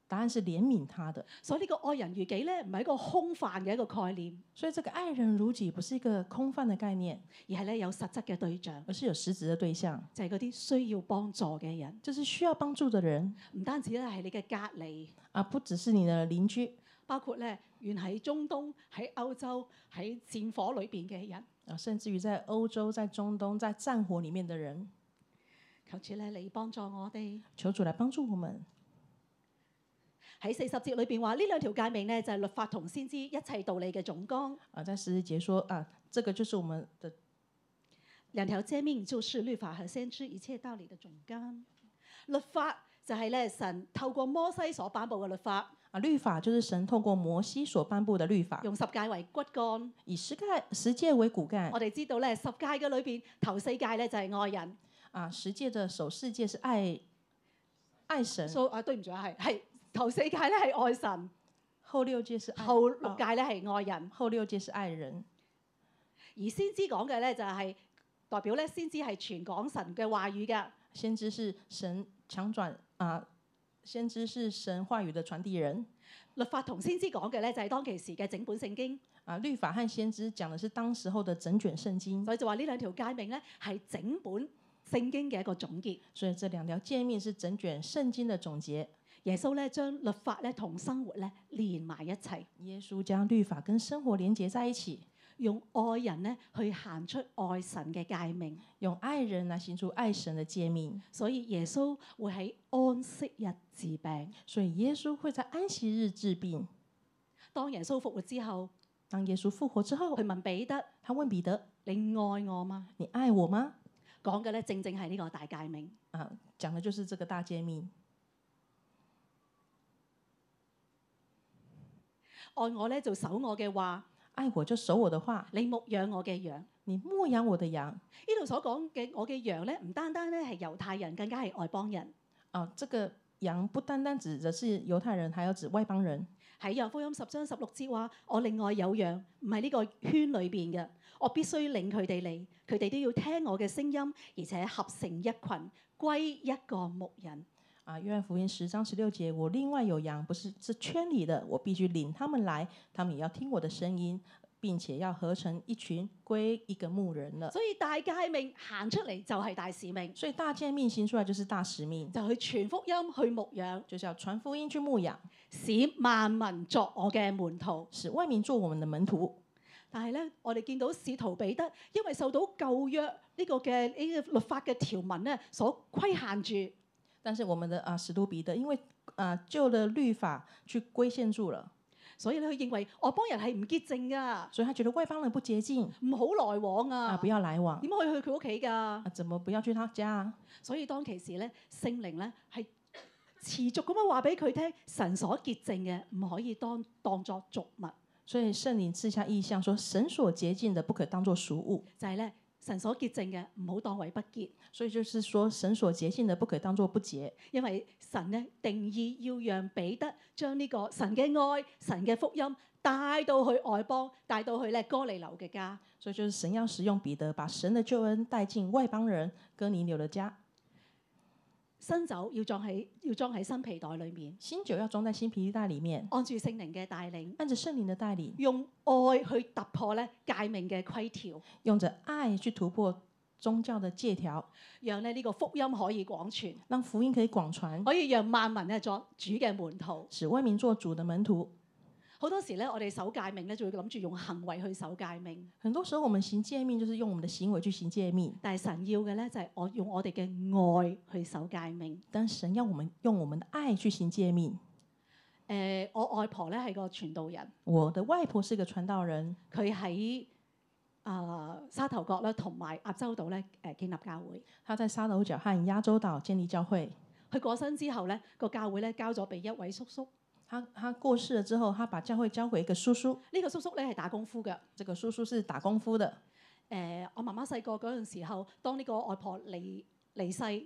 答案是怜悯他的。所以呢個愛人如己咧唔係一個空泛嘅一個概念，所以这个爱人如己不是一个空泛的概念，而係咧有實質嘅對象，而是有实质的对象。就係嗰啲需要幫助嘅人。就是需要帮助的人唔單止咧係你嘅隔離，啊，不只是你的邻居包括咧遠喺中東、喺歐洲、喺戰火裏邊嘅人，啊，甚至于在欧洲、在中东、在战火里面的人，求主咧你幫助我哋。求主来帮助我們。喺四十節裏邊話呢兩條界命咧就係、律法同先知一切道理嘅總綱。啊，在十字节说啊，这个就是我们的兩條遮面就是律法和先知一切道理嘅總監。律法就係咧神透過摩西所頒布嘅律法，啊律法，就是神透过摩西所颁布的律法，用十戒為骨幹。以十诫十诫为骨干我哋知道咧十戒嘅裏邊頭四戒咧就係愛人，啊，十诫的首四诫是爱爱神，所以啊對唔住啊係係頭四戒咧係愛神，后六诫是爱後六啊戒咧係愛人。后六诫是愛人而先知講嘅咧就係代表咧先知係全講神嘅話語嘅，先知是神强转啊、先知是神话语的传递人律法同先知講嘅咧就係當其時嘅整本聖經，啊、律法和先知講的是當時候的整卷圣经，所以就話呢兩條界命咧係整本聖經嘅一個總結。所以这两条诫命是整卷圣经的总结。耶穌咧將律法咧同生活咧連埋一齊，耶稣将律法跟生活连结在一起，用愛人咧去行出愛神嘅界命。用爱人来行出爱神的诫命。所以耶穌會喺安息日治病。所以耶稣会在安息日治病。當耶穌復活之後，当耶稣复活之后佢，問彼得：他问彼得你愛我嗎？：“你爱我吗講嘅咧正正係呢個大界命。？”啊，讲的就是这个大诫命。愛我咧就守我嘅話，爱我就守我的话，你牧養我嘅羊。你牧养我的羊。呢度所講嘅我嘅羊咧，唔單單咧係猶太人，更加係外邦人。啊，这个羊不单单指的是犹太人，还要指外邦人。喺約福音十章十六節話：我另外有羊，唔係呢個圈裏邊嘅，我必須領佢哋嚟，佢哋都要聽我嘅聲音，而且合成一群，歸一個牧人。啊，约翰福音十章十六节，我另外有羊，不是是圈里的，我必须领他们来，他们也要听我的声音，并且要合成一群，归一个牧人了。所以大誡命行出嚟就係大使命，所以大诫命行出来就是大使命，就去傳福音，去牧養，就是要传福音去牧养，使萬民作我嘅門徒。使外民做我们的门徒。但係咧，我哋見到使徒彼得因為受到舊約呢個嘅呢、個律法嘅條文咧所規限住，但是我们的啊使徒彼得，因为啊旧的律法去规限住了，所以咧佢認為外邦人係唔潔淨噶，所以他觉得外邦人不洁净唔好來往啊啊，不要来往點可以去佢屋企㗎啊？，怎么不要去他家啊？所以當其時咧，聖靈咧係持續咁樣話俾佢聽，神所潔淨嘅唔可以當當作俗物，所以圣灵赐下意象，说神所洁净的不可当作俗物。就係、呢咧神所潔淨嘅唔好當為不潔，所以就是说，神所洁净的不可当作不洁，因為神咧定義要讓彼得將呢個神嘅愛、神嘅福音帶到去外邦，帶到去咧哥尼流嘅家。所以就是神要使用彼得，把神的救恩带进外邦人哥尼流的家，新酒要裝喺要裝喺新皮袋裏面，新酒要装在新皮袋里面，按住聖靈嘅帶領，按着圣灵的带领，用愛去突破咧界命嘅規條。用着爱去突破宗教的借条，讓咧呢個福音可以廣傳，让福音可以广传，可以讓萬民咧作主嘅門徒。使万民做主的门徒。好多時咧，我哋守戒命咧，就會諗住用行為去守戒命。很多时候，我们行诫命就是用我们的行为去行诫命，但係神要嘅咧，就係、我用我哋嘅愛去守戒命。但神要我们用我们的爱去行诫命。誒、呃我外婆咧係個傳道人，我的外婆是个传道人，佢喺啊沙頭角咧同埋鴨洲島咧誒建立教會。她在沙头角和亚洲岛建立教会。佢過身之後咧，個教會咧交咗俾一位叔叔。他他过世了之后，他把教会交给一个叔叔，呢、個叔叔咧係打功夫嘅。誒、这个叔叔是打功夫的。我媽媽細個嗰陣時候，當呢個外婆離離世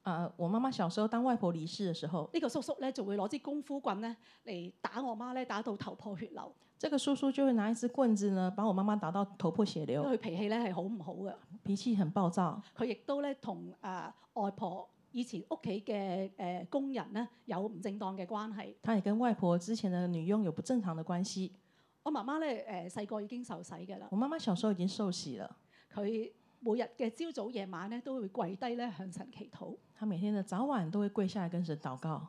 啊，我妈妈小時候當外婆离世的时候，呢個叔叔咧就會攞支功夫棍咧嚟打我媽咧，打到頭破血流。这個叔叔就会拿一支棍子呢，把我媽媽打到頭破血因流，為佢脾氣咧係好唔好嘅，脾氣很暴躁。佢亦都咧同誒外婆以前屋企嘅誒工人咧有唔正當嘅關係。他也跟外婆之前的女傭有不正常的關係。我媽媽咧誒細個已經受洗嘅啦，我媽媽小時候已經受洗了，佢每日嘅朝早夜晚咧都會跪低咧向神祈禱，她每天的早晚都會跪下來跟神禱告，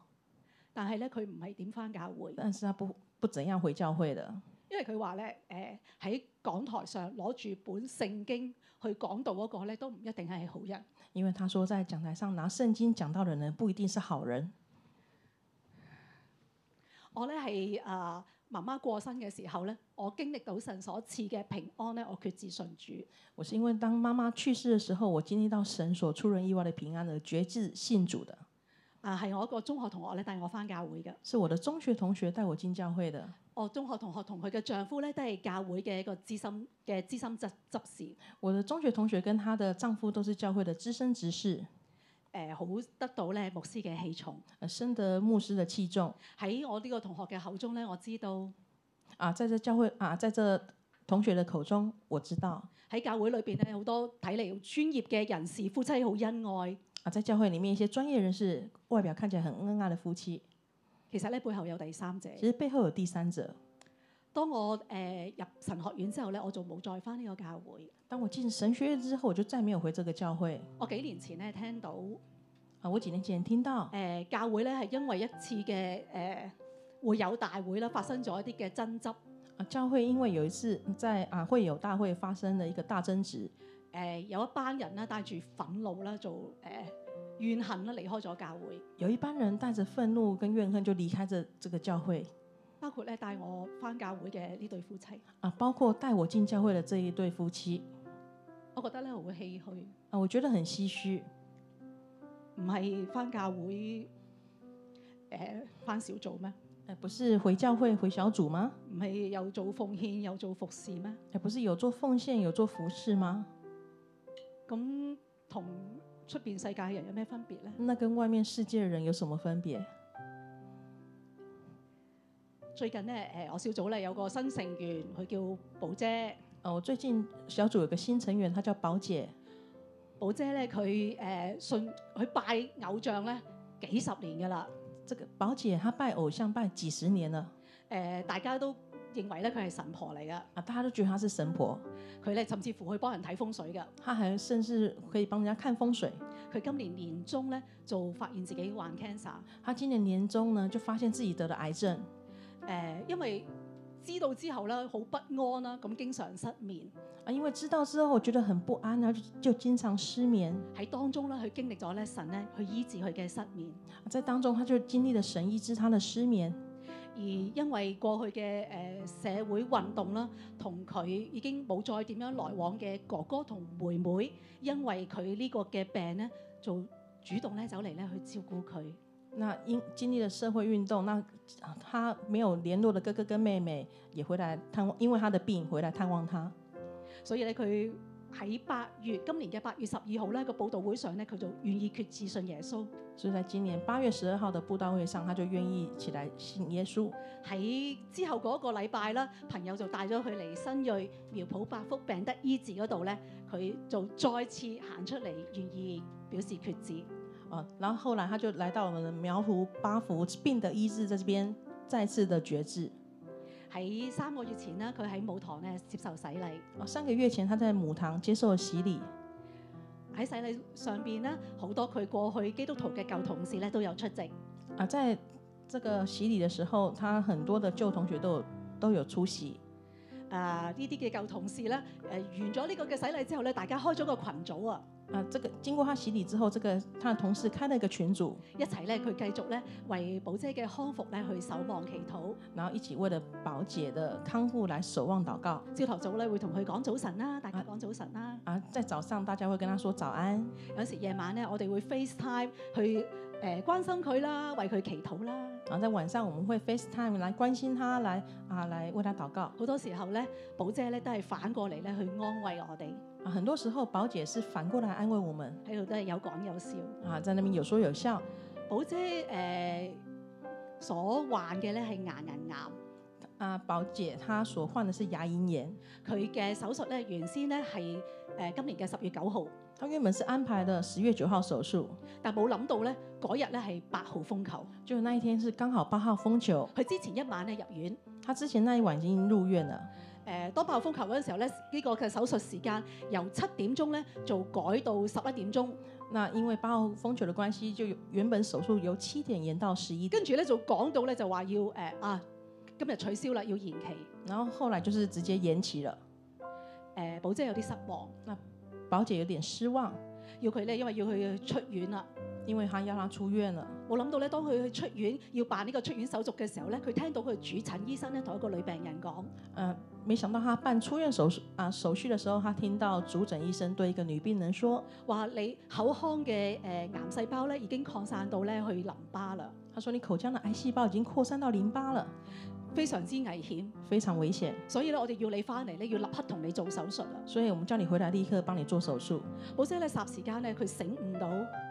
但係咧佢唔係點返教會，但是她不不怎樣回教會的，因為佢話咧誒喺講台上攞住本聖經去講道嗰個咧都唔一定係好人。因為她說在講台上拿聖經講到的人不一定是好人。我咧係啊媽媽過身嘅時候咧，我經歷到神所賜嘅平安咧，我決志信主。我是因為當媽媽去世的時候，我經歷到神所出人意外的平安而決志信主的，啊，係我一個中學同學咧帶我翻教會嘅。是我的中學同學帶我進教會的。我中學同學同佢嘅丈夫咧都係教會嘅一個資深嘅資深執執事，誒、我的中学同学跟她的丈夫都是教会的资深执事，呃好得到咧牧師嘅器重。呃，深得牧师的器重喺我呢個同學嘅口中咧，我知道啊。在这教会啊，在这同学的口中，我知道喺教會裏邊咧好多睇嚟專業嘅人士，夫妻好恩愛，啊，在教会里面一些专业人士，外表看起来很恩爱的夫妻，其實咧背後有第三者。其实背后有第三者。當我誒、呃入神學院之後咧，我就冇再翻呢個教會。当我进神学院之后，我就再没有回这个教会。我幾年前咧聽到誒、啊，我几年前听到呃教會咧係因為一次嘅誒、呃、會友大會啦，發生咗一啲嘅爭執。啊，教会因为有一次在啊会友大会发生了一个大争执，誒、呃有一班人咧帶住憤怒啦，做誒、呃怨恨啦，離開咗教會，有一班人带着愤怒跟怨恨就离开这这个教会包括咧帶我翻教會嘅呢對夫妻，啊，包括带我进教会的这一对夫妻我覺得咧我會唏噓，啊，我觉得很唏嘘。唔係翻教會誒翻小組咩？哎，不是回教会回小组吗？唔係又做奉獻又做服侍咩？哎，不是有做奉献有做服侍吗？咁同出邊世界嘅人有咩分別咧？那跟外面世界的人有什么分别？最近咧誒、我小組咧有個新成員，佢叫寶姐。哦，我最近小组有个新成员，她叫宝姐。寶姐咧佢誒信佢拜偶像咧幾十年㗎啦。这个宝姐她拜偶像拜几十年了誒、呃大家都認為咧佢係神婆嚟㗎。啊，大家都觉得她是神婆，佢咧甚至乎去幫人睇風水㗎。她还甚至可以帮人家看风水。佢今年年中咧就發現自己患 cancer。她今年年中呢就发现自己得了癌症，誒、呃因為知道之後咧好不安啦，咁經常失眠。啊，因为知道之后我觉得很不安啊，就就经常失眠。喺當中咧，佢經歷咗咧神咧去醫治佢嘅失眠。啊在当中她就经历了神医治她的失眠，而因為過去嘅誒、呃社會運動啦，同佢已經冇再點樣來往嘅哥哥同妹妹，因為佢呢個嘅病咧，就主動咧走嚟咧去照顧佢。那因经历了社会运动，那啊他没有联络的哥哥跟妹妹也回来探望，因为他的病回来探望他。所以咧，佢喺八月今年嘅八月十二號咧個報道會上咧，佢就願意決志信耶穌。所以在今年八月十二号的布道会上，他就愿意起来信耶稣。喺之後嗰一個禮拜啦，朋友就帶咗佢嚟新锐苗圃百福病得醫治嗰度咧，佢就再次行出嚟，願意表示決志。啊，然后后来他就来到我们的苗圃八福病的医治在这边再次的觉知。喺三個月前啦，佢喺舞堂咧接受洗禮。啊，三个月前他在母堂接受了洗礼，喺洗禮上邊咧，好多佢過去基督徒嘅舊同事咧都有出席。啊，在这个洗礼的时候，他很多的旧同学都有都有出席。啊，呢啲嘅舊同事咧，誒、完咗呢個嘅洗禮之後咧，大家開咗個群組啊，啊，这个经过他洗礼之后，这个他的同事开了一个群组，一齊咧佢繼續咧為寶姐嘅康復咧去守望祈禱。然后一起为了宝姐的康复来守望祷告朝頭早咧會同佢講早晨啦，大家講早晨啦。啊，在早上大家会跟她说早安，有時夜晚咧，我哋會 FaceTime 去誒、呃、關心佢啦，為佢祈禱啦。然后在晚上我们会 FaceTime 来关心她，来啊来为她祷告好多時候咧，寶姐咧都係反過嚟咧去安慰我哋，啊。很多时候寶姐是反过来安慰我们喺度都係有講有笑。啊，在那边有说有笑。寶姐誒、呃所患嘅咧係牙龈癌，啊，宝姐她所患的是牙龈炎，佢嘅手術咧原先咧係誒今年嘅十月九號，她原本是安排了十月九号手术，但冇諗到咧嗰日咧係八號風球。就那一天是刚好八号风球，佢之前一晚咧入院，誒、她之前那一晚已经入院了。呃、當八號風球嗰陣時候咧，呢、個嘅手術時間由七點鐘咧就改到十一點鐘。那因为八号风球的关系，就有原本手术由七点延到十一点，跟住咧就講到咧就話要誒、呃啊，今日取消啦，要延期。誒、然后后來就是直接延期了。寶姐有啲失望，宝姐有点失望，要佢咧，因為要佢出院啦。因为她要她出院了。冇諗到咧，當佢去出院要辦呢個出院手續嘅時候咧，佢聽到佢主診醫生咧同一個女病人講：呃，没想到她办出院手术啊、手续的时候，她听到主诊医生对一个女病人说話你口腔嘅誒、呃癌細胞咧已經擴散到咧去淋巴啦，：“她说你口腔的癌细胞已经扩散到淋巴了，非常之危險。非常危险，所以咧，我哋要你翻嚟咧，要立刻同你做手術啦。啊所以我们叫你回来立刻帮你做手术。寶姐咧霎時間咧，佢醒悟到，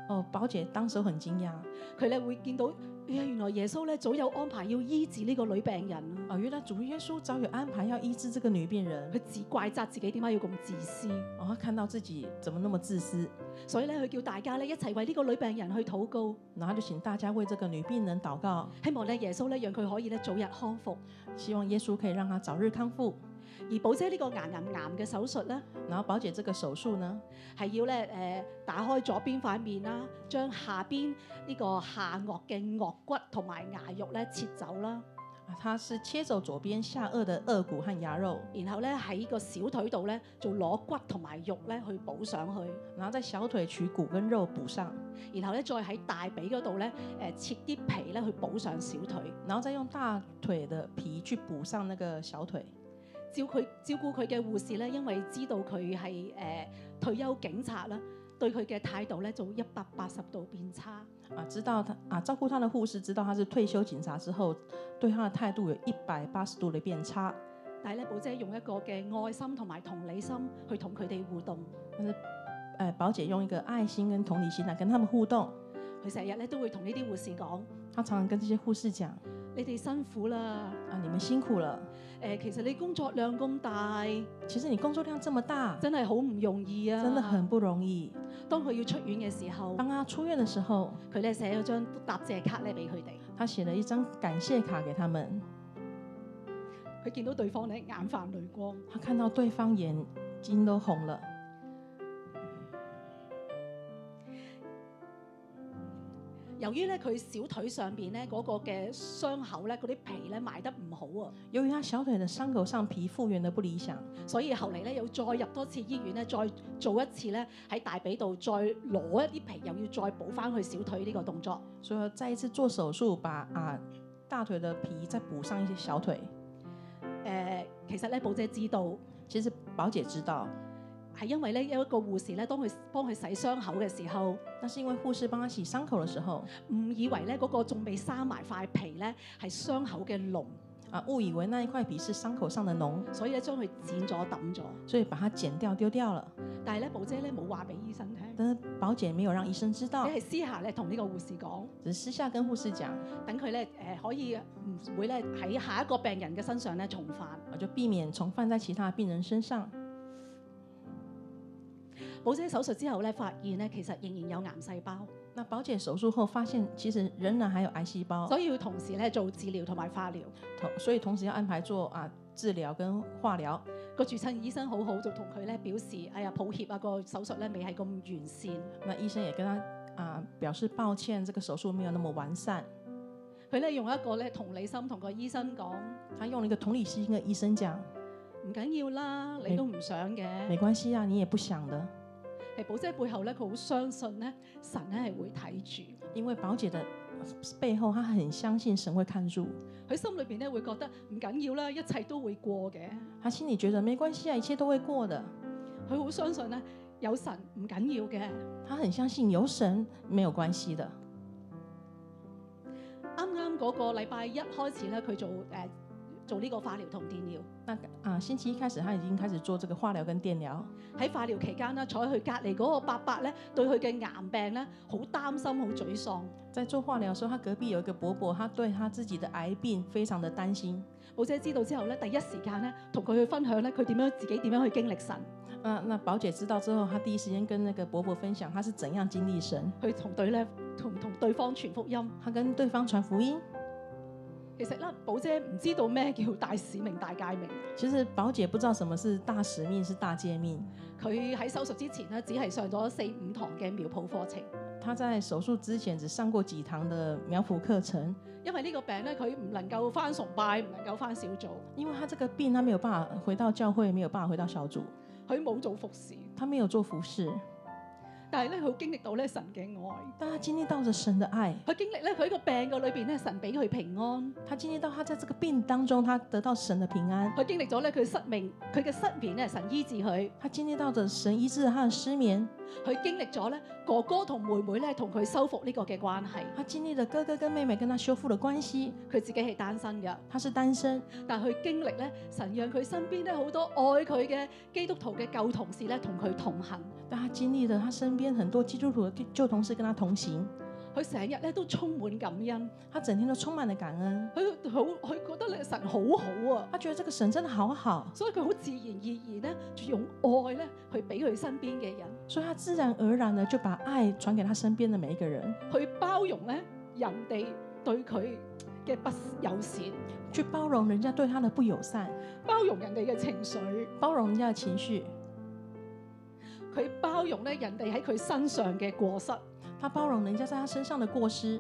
哦，宝姐当时很惊讶，佢咧會見到，哎呀原來耶穌咧早有安排要醫治呢個女病人啊，哦，原来主耶稣早有安排要医治这个女病人，佢自怪責自己點解要咁自私，哦，她看到自己怎么那么自私，所以咧佢叫大家咧一齊為呢個女病人去禱告，然后就请大家为这个女病人祷告，希望咧耶穌咧讓佢可以咧早日康復。希望耶稣可以让她早日康复。而寶姐呢個牙龈癌嘅手術咧，然后宝姐这个手术呢，係要咧誒、呃打開左邊塊面啦，將下邊呢個下顎嘅顎骨同埋牙肉咧切走啦，啊她是切走左边下颚的颚骨和牙肉，然後咧喺個小腿度咧就攞骨同埋肉咧去補上去，然后在小腿取骨跟肉补上，然後咧再喺大髀嗰度咧誒切啲皮咧去補上小腿，然后再用大腿的皮去补上那个小腿。照佢照顧佢嘅護士咧，因為知道佢係誒退休警察啦，對佢嘅態度咧就一百八十度變差。啊，知道他啊，照顾他的护士知道他是退休警察之后，对他的态度有一百八十度的变差。但係咧，寶姐用一個嘅愛心同埋同理心去同佢哋互動。呃，宝姐用一个爱心跟同理心来跟他们互动，佢成日咧都會同呢啲護士講：她常常跟这些护士讲你哋辛苦啦，啊，你们辛苦了，誒、其實你工作量咁大，其实你工作量这么大，真係好唔容易啊！真的很。不容易。當佢要出院嘅時候，当她出院的时候，佢咧寫咗張答謝卡咧俾佢哋。她写了一张感谢卡给他们，佢見到對方咧眼泛淚光，她看到对方眼睛都红了，由於咧佢小腿上邊咧嗰個嘅傷口咧嗰啲皮咧埋得唔好啊，由于她小腿的伤口上皮复原的不理想，所以後嚟咧又再入多次醫院咧，再做一次咧喺大髀度再攞一啲皮，又要再補翻去小腿呢個動作。所以再一次做手术把啊大腿的皮再补上一些小腿。誒、其實咧寶姐知道。其实宝姐知道，係因為咧有一個護士咧，當佢幫佢洗傷口嘅時候，那是因为护士帮她洗伤口的时候誤以為咧嗰個仲未生埋塊皮咧係傷口嘅膿，啊，误以为那一块皮是伤口上的脓，所以咧將佢剪咗抌咗。所以把它剪掉丢掉了。但係咧寶姐咧冇話俾醫生聽，但是宝姐没有让医生知道你，係私下咧同呢個護士講，只是私下跟护士讲，啊等佢咧誒可以唔會咧喺下一個病人嘅身上咧重犯。啊，就避免重犯在其他病人身上。寶姐手術之後咧發現咧其實仍然有癌細胞，那宝姐手术后发现，其实仍然还有癌细胞，所以要同時咧做治療同埋化療。同所以同时要安排做啊治疗跟化疗。個主診醫生好好就同佢咧表示，哎呀抱歉啊，個手術咧未係咁完善。那医生也跟她啊表示抱歉，这个手术没有那么完善。佢咧用一個咧同理心同個醫生講，她用了一个同理心跟医生讲，唔緊要啦，你都唔想没嘅。关系啊，你也不想的。係寶姐背後咧，佢好相信咧，神咧係會睇住。因为宝姐的背后，她很相信神会看住，佢心裏邊咧會覺得唔緊要啦，一切都會過嘅。她心里觉得没关系啊，一切都会过的。佢好相信咧，有神唔緊要嘅。她很相信有神没有关系的。啱啱嗰個禮拜一開始咧，佢做誒、呃做呢個化療同電療。那啊，星期一开始，她已经开始做这个化疗跟电疗。喺化療期間啦，坐喺佢隔離嗰個伯伯咧，對佢嘅癌病咧好擔心，好沮喪。在做化疗的时候，她隔壁有一个伯伯，他对他自己的癌病非常的担心。寶姐知道之後咧，第一時間咧同佢去分享咧，佢點樣自己點樣去經歷神。那那宝姐知道之后，她第一时间跟那个伯伯分享她是怎样经历神，去同對咧同同對方傳福音。她跟对方传福音。其實咧，寶姐唔知道咩叫大使命、大界命。其实宝姐不知道什么是大使命，是大诫命。佢喺手術之前咧，只係上咗四五堂嘅苗圃課程。她在手术之前只上過幾堂的苗圃课程，因為呢個病咧，佢唔能夠翻崇拜，唔能夠翻小組，因为她这个病，她没有办法回到教会，没有办法回到小组，佢冇做服侍，她没有做服饰，但係咧，佢經歷到咧神嘅愛。但她经历到了神的愛，佢經歷咧，佢喺個病嘅裏邊咧，神俾佢平安。她经历到她在这个病当中，她得到神的平安，佢經歷咗咧，佢失明，佢嘅失眠咧，神醫治佢。她经历到的神医治了她的失眠，佢經歷咗咧，哥哥同妹妹咧，同佢修復呢個嘅關係。她经历了哥哥跟妹妹跟她修复的關係，佢自己係單身嘅。她是单身，但佢經歷咧，神讓佢身邊咧好多愛佢嘅基督徒嘅舊同事咧，同佢同行。但她经历了她身边很多基督徒的旧同事跟他同行，佢成日咧都充滿感恩，他整天都充满了感恩，佢好佢覺得咧神好好啊，他觉得这个神真的好好，所以佢好自然而然咧就用愛咧去俾佢身邊嘅人，所以他自然而然的就把爱传给他身边的每一个人，去包容咧人哋對佢嘅不友善，去包容人家对他的不友善，包容人哋嘅情緒，包容人家的情绪，佢包容咧人哋喺佢身上嘅過失，他包容人家在他身上的过失，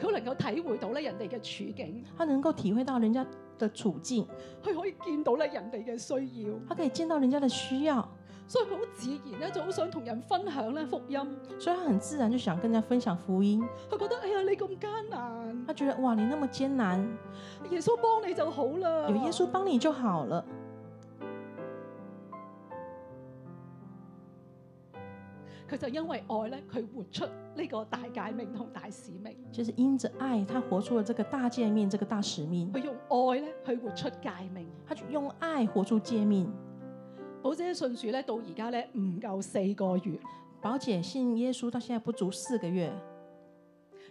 佢能夠體會到咧人哋嘅處境，他能够体会到人家的处境，佢可以見到咧人哋嘅需要，他可以见到人家的需要，所以佢好自然咧就好想同人分享咧福音，所以他很自然就想跟人家分享福音。佢覺得哎呀你咁艱難，他觉得哇，你那么艰难，耶穌幫你就好啦，有耶穌幫你就好了。佢就因為愛咧，佢活出呢個大界命同大使命，就是因着爱，他活出了这个大诫命，这个大使命佢，用愛咧去活出界命。他就用爱活出诫命。寶姐信主咧，到而家咧唔夠四個月，宝姐信耶穌到现在不足四个月，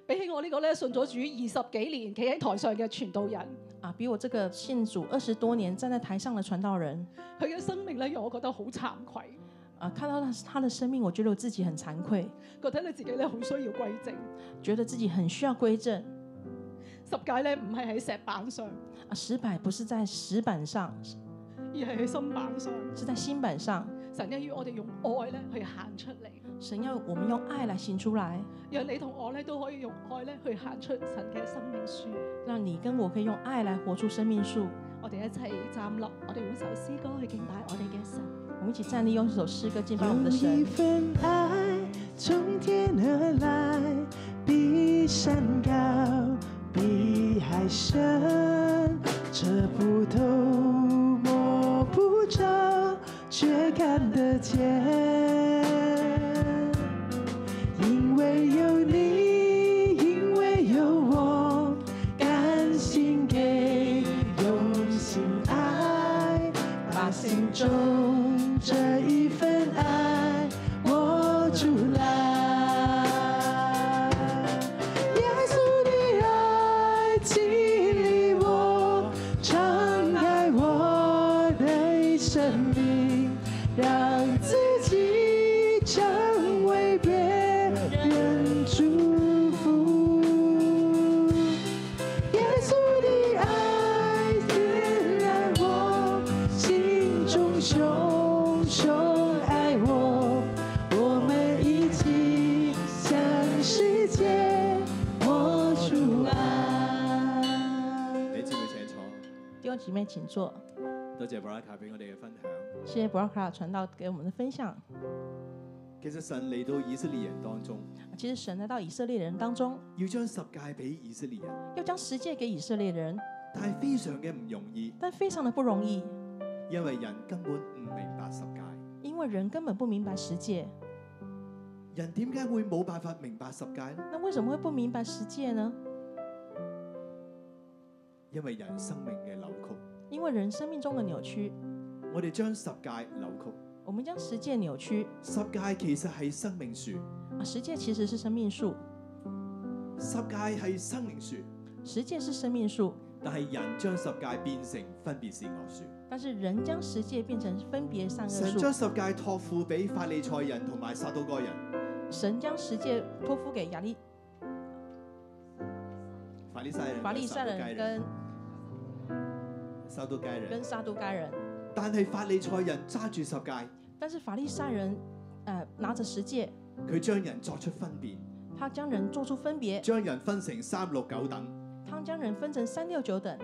比起我呢個咧信咗主二十幾年，企喺台上嘅傳道人，啊，比我这个信主二十多年站在台上的传道人，佢嘅生命咧讓我覺得好慚愧，啊，看到他他的生命，我觉得我自己很惭愧，覺得咧自己咧好需要歸正。觉得自己很需要归正。十戒咧唔係喺石板上，啊，石板不是在石板上，而係喺心板上。是在心板上。神一於我哋用愛咧去行出嚟，神要我们用爱来行出来，讓你同我咧都可以用愛咧去行出神嘅生命樹。让你跟我可以用爱来活出生命树。我哋一齊站立，我哋用首詩歌去敬拜我哋嘅神。我们一起站立，用这首诗歌敬拜我们的有一神。份爱从天而来，比山高，比海深，测不透，摸不着，却看得见。因为有你，因为有我，甘心给，用心爱，把心中这一份爱握住来。耶稣的爱激励我，敞开我的生命，让自己成为别人祝福。耶稣的爱点燃我心中熊熊爱我，我们一起向世界活出爱。你知唔知請弟兄姐妹，请坐。坐？多謝 Baraka 俾我哋嘅分享。谢谢 b r o c a 传道给我们的分享。其實神嚟到以色列人當中，其实神来到以色列人当中，要將十戒俾以色列人，要将十诫给以色列人，但係非常嘅唔容易，但非常的不容易，因為人根本唔明白十戒。因为人根本不明白十诫。人點解會冇辦法明白十戒呢？那为什么会不明白十诫呢？因為人生命嘅扭曲，因为人生命中的扭曲，我哋將十戒扭曲。我们将十诫扭曲。十戒其實係生命樹，啊，十诫其实是生命树，十戒係生命樹，十诫是生命树，但係人將十戒變成分別善惡樹。但是人将十诫变成分别善恶神將树。十戒托付俾法利賽人同埋撒都該人。神将十诫托付给亚利法利賽人、法利赛人、跟撒都該人跟，撒都该人，但係法利賽人揸住十戒，但是法利赛人，呃，拿着十诫，佢將人作出分辨，他将人做出分别，將人分成三六九等。他将人分成三六九等。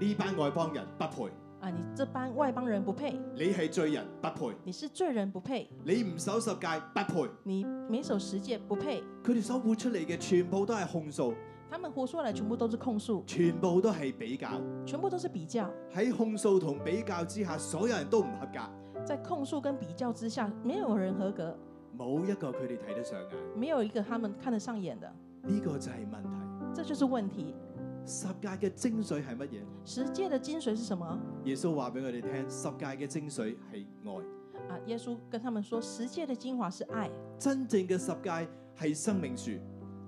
呢班外邦人不配，啊，你这班外邦人不配，你係罪人不配，你是罪人不配，你唔守十戒不配。你每守十诫不配。佢哋所活出嚟嘅全部都係控訴，他们活出来全部都是控诉，全部都係比較。全部都是比较。喺控訴同比較之下，所有人都唔合格，在控诉跟比较之下，没有人合格，冇一個佢哋睇得上眼。没有一个他们看得上眼的，呢、個就係問題。这就是问题。十戒嘅精髓係乜嘢？十诫的精髓是什么？耶穌話俾我哋聽，十戒嘅精髓係愛。啊，耶稣跟他们说，十诫的精华是爱，真正嘅十戒係生命樹，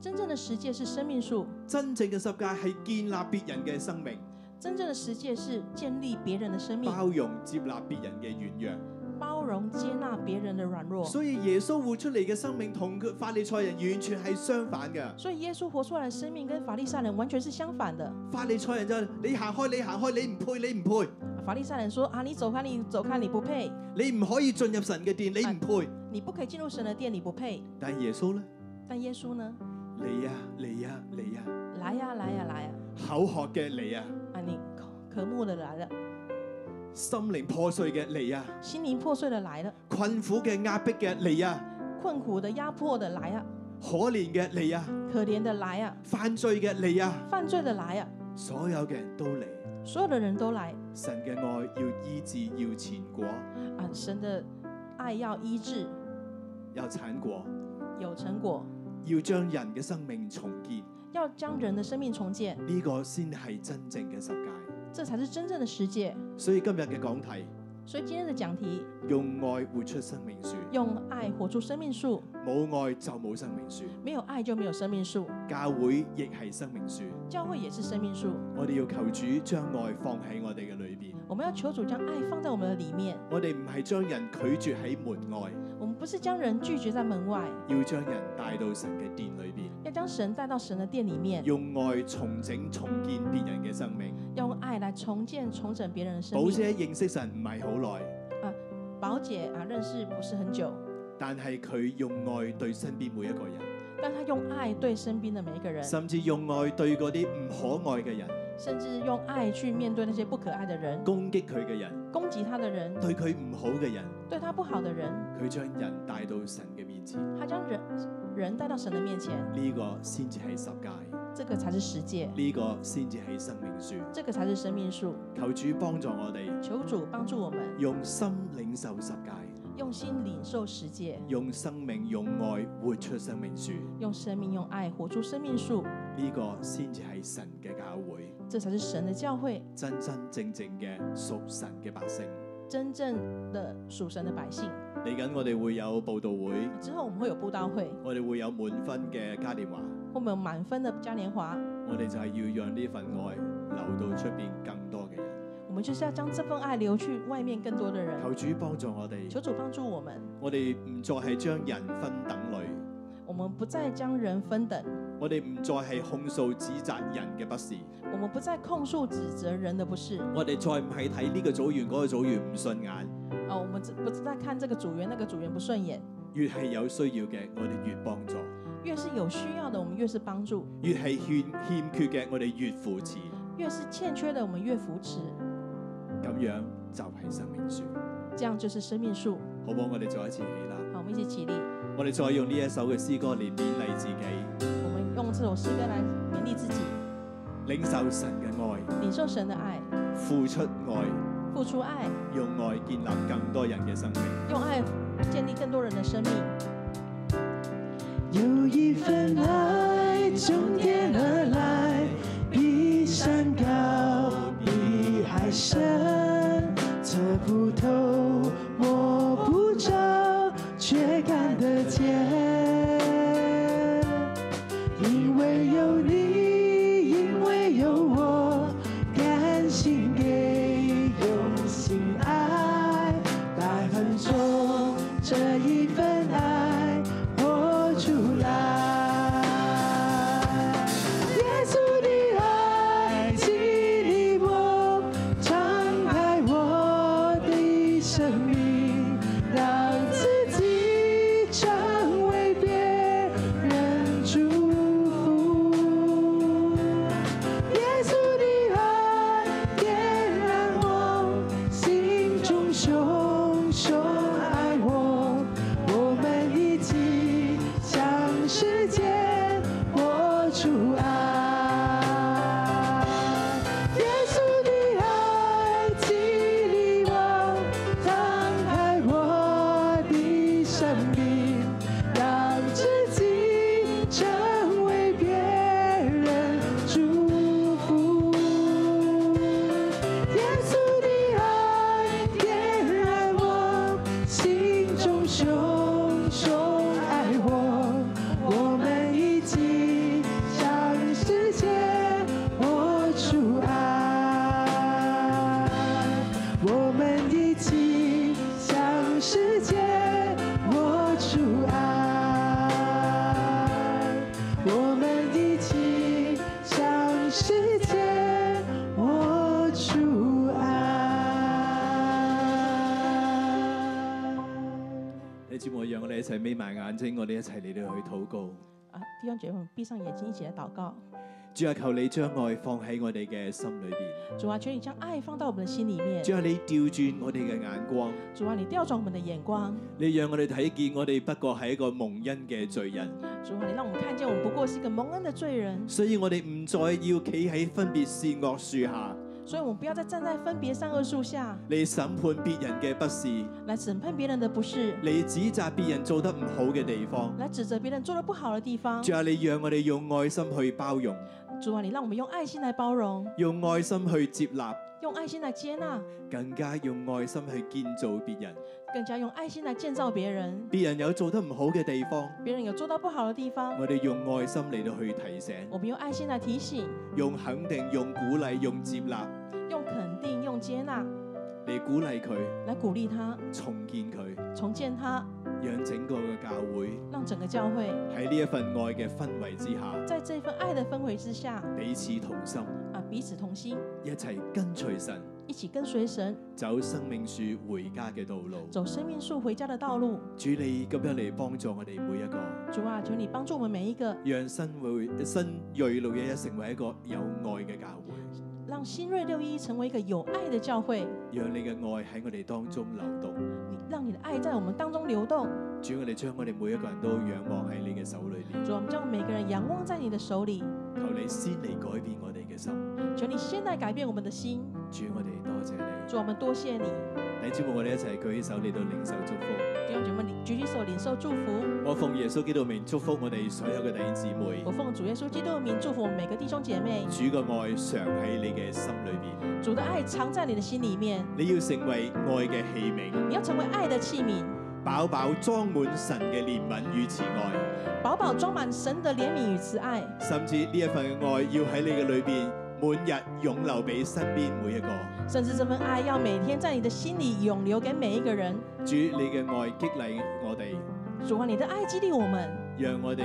真正的十诫是生命树，真正嘅十戒係建立別人嘅生命，真正的十诫是建立别人的生命，包容接納別人嘅軟弱。包容接纳别人的软弱。所以耶穌活出嚟嘅生命同佢法利賽人完全係相反嘅。所以耶稣活出来的生命跟法利赛人完全是相反的。法利賽人就係你行開，你行開，你唔配，你唔配，法利赛人说啊，你走开，你走开，你不配，你唔可以進入神嘅殿，你唔配。你不可以进入神的殿，你不配。但係耶穌呢？但耶稣呢？你啊，你啊，你啊，来呀、来呀、来呀、口渴嘅你啊，啊！你渴渴慕的来了，心靈破碎嘅你啊，心灵破碎的来了，困苦嘅壓迫嘅你啊，困苦的、压迫的来呀、可憐嘅你啊，可怜的来呀、犯罪嘅你啊，犯罪的来呀、所有嘅人都嚟。所有的人都来神嘅愛要醫治，要前果，啊！神的爱要医治，有產果，有成果，要將人嘅生命重建。要将人的生命重建，呢、個先係真正嘅十戒。这才是真正的十诫。所以今日嘅講題，所以今天的讲题，用愛活出生命樹，用爱活出生命树，冇愛就冇生命樹。没有爱就没有生命树，教會亦係生命樹，教会也是生命树。我哋要求主將愛放喺我哋嘅裏邊。我们要求主将爱放在我们的里面，我哋唔係將人拒絕喺門外，我们不是将人拒绝在门外，要將人帶到神嘅殿裏邊，要将神带到神的殿里面，用愛重整重建別人嘅生命。用爱来重建、重整别人的生寶命。姐認識神唔係好耐，宝姐啊，认识不是很久，但係佢用愛對身邊每一個人，但她用爱对身边的每一个人，甚至用愛對嗰啲唔可愛嘅人、甚至用爱去面对那些不可爱的人、攻擊佢嘅人、攻击她的人、對佢唔好嘅人，对她不好的人，佢將人帶到神嘅面前。她将人人带到神的面前，呢、個先至係十戒，呢、这个才是十诫，個先至係生命樹。这个才是生命树。求主幫助我哋，求主帮助我们用心領受十戒。用心领受十诫，用生命、用愛活出生命樹，呢、用生命、用爱活出生命树，個先至係神嘅教會，这才是神的教会。真真正正嘅屬神嘅百姓。真正的属神的百姓。嚟緊我哋會有佈道會，之后我们会有布道會，我哋會有滿分嘅嘉年華，我们有满分的嘉年华，我哋就係要讓呢份愛流到出邊更多嘅人。我们就是要将这份爱流去外面更多的人。求主幫助我哋，求主帮助我们，我哋唔再係將人分等類，我们不再将人分等，我哋唔再係控訴指責人嘅不是，我们不再控诉指责人的不是我哋再唔係睇呢個組員嗰、個組員唔順眼，啊，我们只不再看这个组员那个组员不顺眼，越係有需要嘅，我哋越幫助。越是有需要的我们越是帮助，越係欠欠缺嘅，我哋越扶持，越是欠缺的我们越扶持，咁樣就係生命樹，这样就是生命树。好唔好？我哋再一次起立，好，我们一起起立，我哋再用呢一首嘅詩歌嚟勉勵自己，我们用这首诗歌来勉励自己，領受神嘅愛，领受神的爱，付出愛，付出爱，用愛建立更多人嘅生命。用爱建立更多人的生命。有一份爱从天而来，比山高，比海深，测不透，摸不着，却看得见。因为有你，因为有我，甘心给，用心爱，百分钟这一份爱活出来。耶稣的爱激励我，敞开我的生命，让自己成为别人祝福。哋一齊眯埋眼睛，我哋一齊嚟到去禱告。啊，弟兄姐妹们闭上眼睛，一起来祷告。主啊，求你將愛放喺我哋嘅心裏邊。主啊，求你将爱放到我们的心里面。主啊，你調轉我哋嘅眼光，主啊，你调转我们的眼光。你讓我哋睇見我哋不過係一個蒙恩嘅罪人，主啊，你让我们看见我们不过是一个蒙恩的罪人，所以我哋唔再要企喺分別善惡樹下所以我们不要再站在分别善恶树下嚟審判別人嘅不是，来审判别人的不是，嚟指責別人做得唔好嘅地方。来指责别人做的不好的地方。主啊，你讓我哋用愛心去包容，主啊，你让我们用爱心来包容，用愛心去接納，用爱心来接纳，更加用愛心去建造別人。更加用爱心来建造别人。別人有做得唔好嘅地方，别人有做到不好的地方，我哋用愛心嚟到去提醒，我们用爱心来提醒，用肯定、用鼓勵、用接納用肯定、用接纳嚟鼓勵佢，来鼓励他，重建佢，重建他，讓整個嘅教會让整个教会喺呢一份愛嘅氛圍之下，在这份爱的氛围之下彼此同心，啊，彼此同心，一齊跟隨神，一起跟随神，走生命樹回家嘅道路。走生命树回家的道路。主你咁樣嚟幫助我哋每一個，主啊，求你帮助我们每一个，讓新會新锐路一一成為一個有愛嘅教會，让新锐六一成为一个有爱的教会，讓你嘅愛喺我哋當中流動。你让你的爱在我们当中流动。主，我哋將我哋每一個人都仰望喺你嘅手裏邊，主啊，我们将每个人仰望在你的手里，求你先嚟改變我哋嘅心。求你现在改变我们的心。主，我哋多謝你。主啊，我们多谢你。弟兄姊妹，我哋一齊舉起手嚟到領受祝福。弟兄姐妹，举起手领受祝福。我奉耶穌基督名祝福我哋所有嘅弟兄姊妹我。奉主耶稣基督的名祝福我们每个弟兄姐妹。主嘅愛常喺你嘅心裏邊，主的爱藏在你的心里面，你要成為愛嘅器皿，你要成为爱的器皿，飽飽裝滿神嘅憐憫與慈愛，饱饱装满神的怜悯与慈爱，甚至呢一份嘅愛要喺你嘅裏邊滿日湧流俾身邊每一個。甚至这份爱要每天在你的心里涌流给每一个人。主，你嘅愛激勵我哋，主啊，你的爱激励我们，讓我哋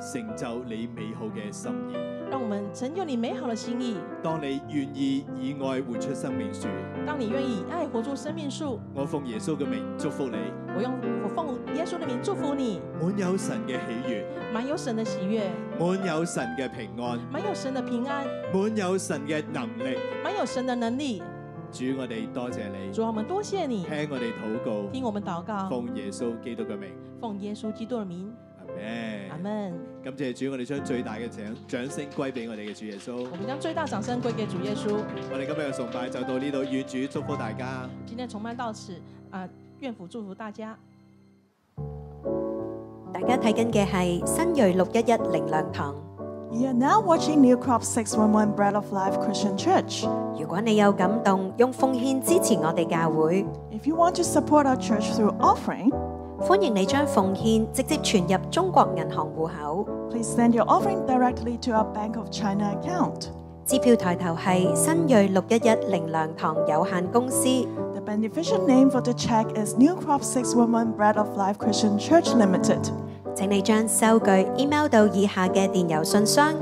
成就你美好嘅心意。让我们成就你美好的心意。當你願意以愛活出生命樹，当你愿意以爱活出生命树，我奉耶穌嘅名祝福你，我用我奉耶稣的名祝福你，滿有神嘅喜悦，满有神的喜悦，滿有神嘅平安，满有神的平安，滿有神嘅能力。满有神的能力。主，我哋多謝你，主啊，我们多谢你，聽我哋禱告，听我们祷告，奉耶穌基督嘅名，奉耶稣基督的名，阿阿咩？门。感謝主，我哋將最大嘅掌掌聲歸俾我哋嘅主耶穌我。们将最大掌声归给主耶稣。我哋今日嘅崇拜就到呢度，願主祝福大家。今天崇拜到此啊、愿父祝福大家。大家睇緊嘅係新锐六一一零亮堂。 You are now watching New Crop 611 Bread of Life Christian Church. 如果你有感動，用奉獻支持我哋教會， If you want to support our church through offering, 歡迎你將奉獻直接存入中國銀行户口。 please send your offering directly to our Bank of China account. 支票抬頭係新锐六一一零亮堂有限公司， The beneficial name for the check is New Crop 611 Bread of Life Christian Church Limited. 請你將收據 email 到以下嘅電郵信箱。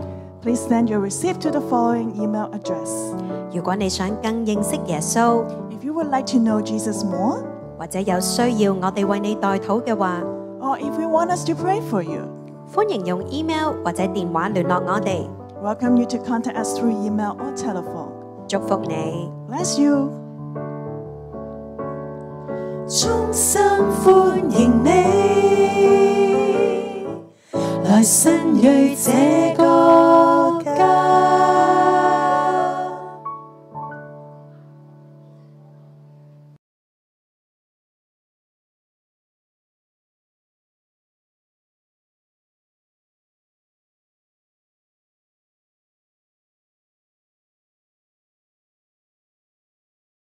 Please send your receipt to the following email address. 如果你想更認識耶穌， If you would like to know Jesus more, 或者有需要我哋為你代禱嘅話， or if you want us to pray for you, 歡迎用 email 或者電話聯絡我哋。 welcome you to contact us through email or telephone. 祝福你。 Bless you。衷心歡迎你，來新蕊這歌。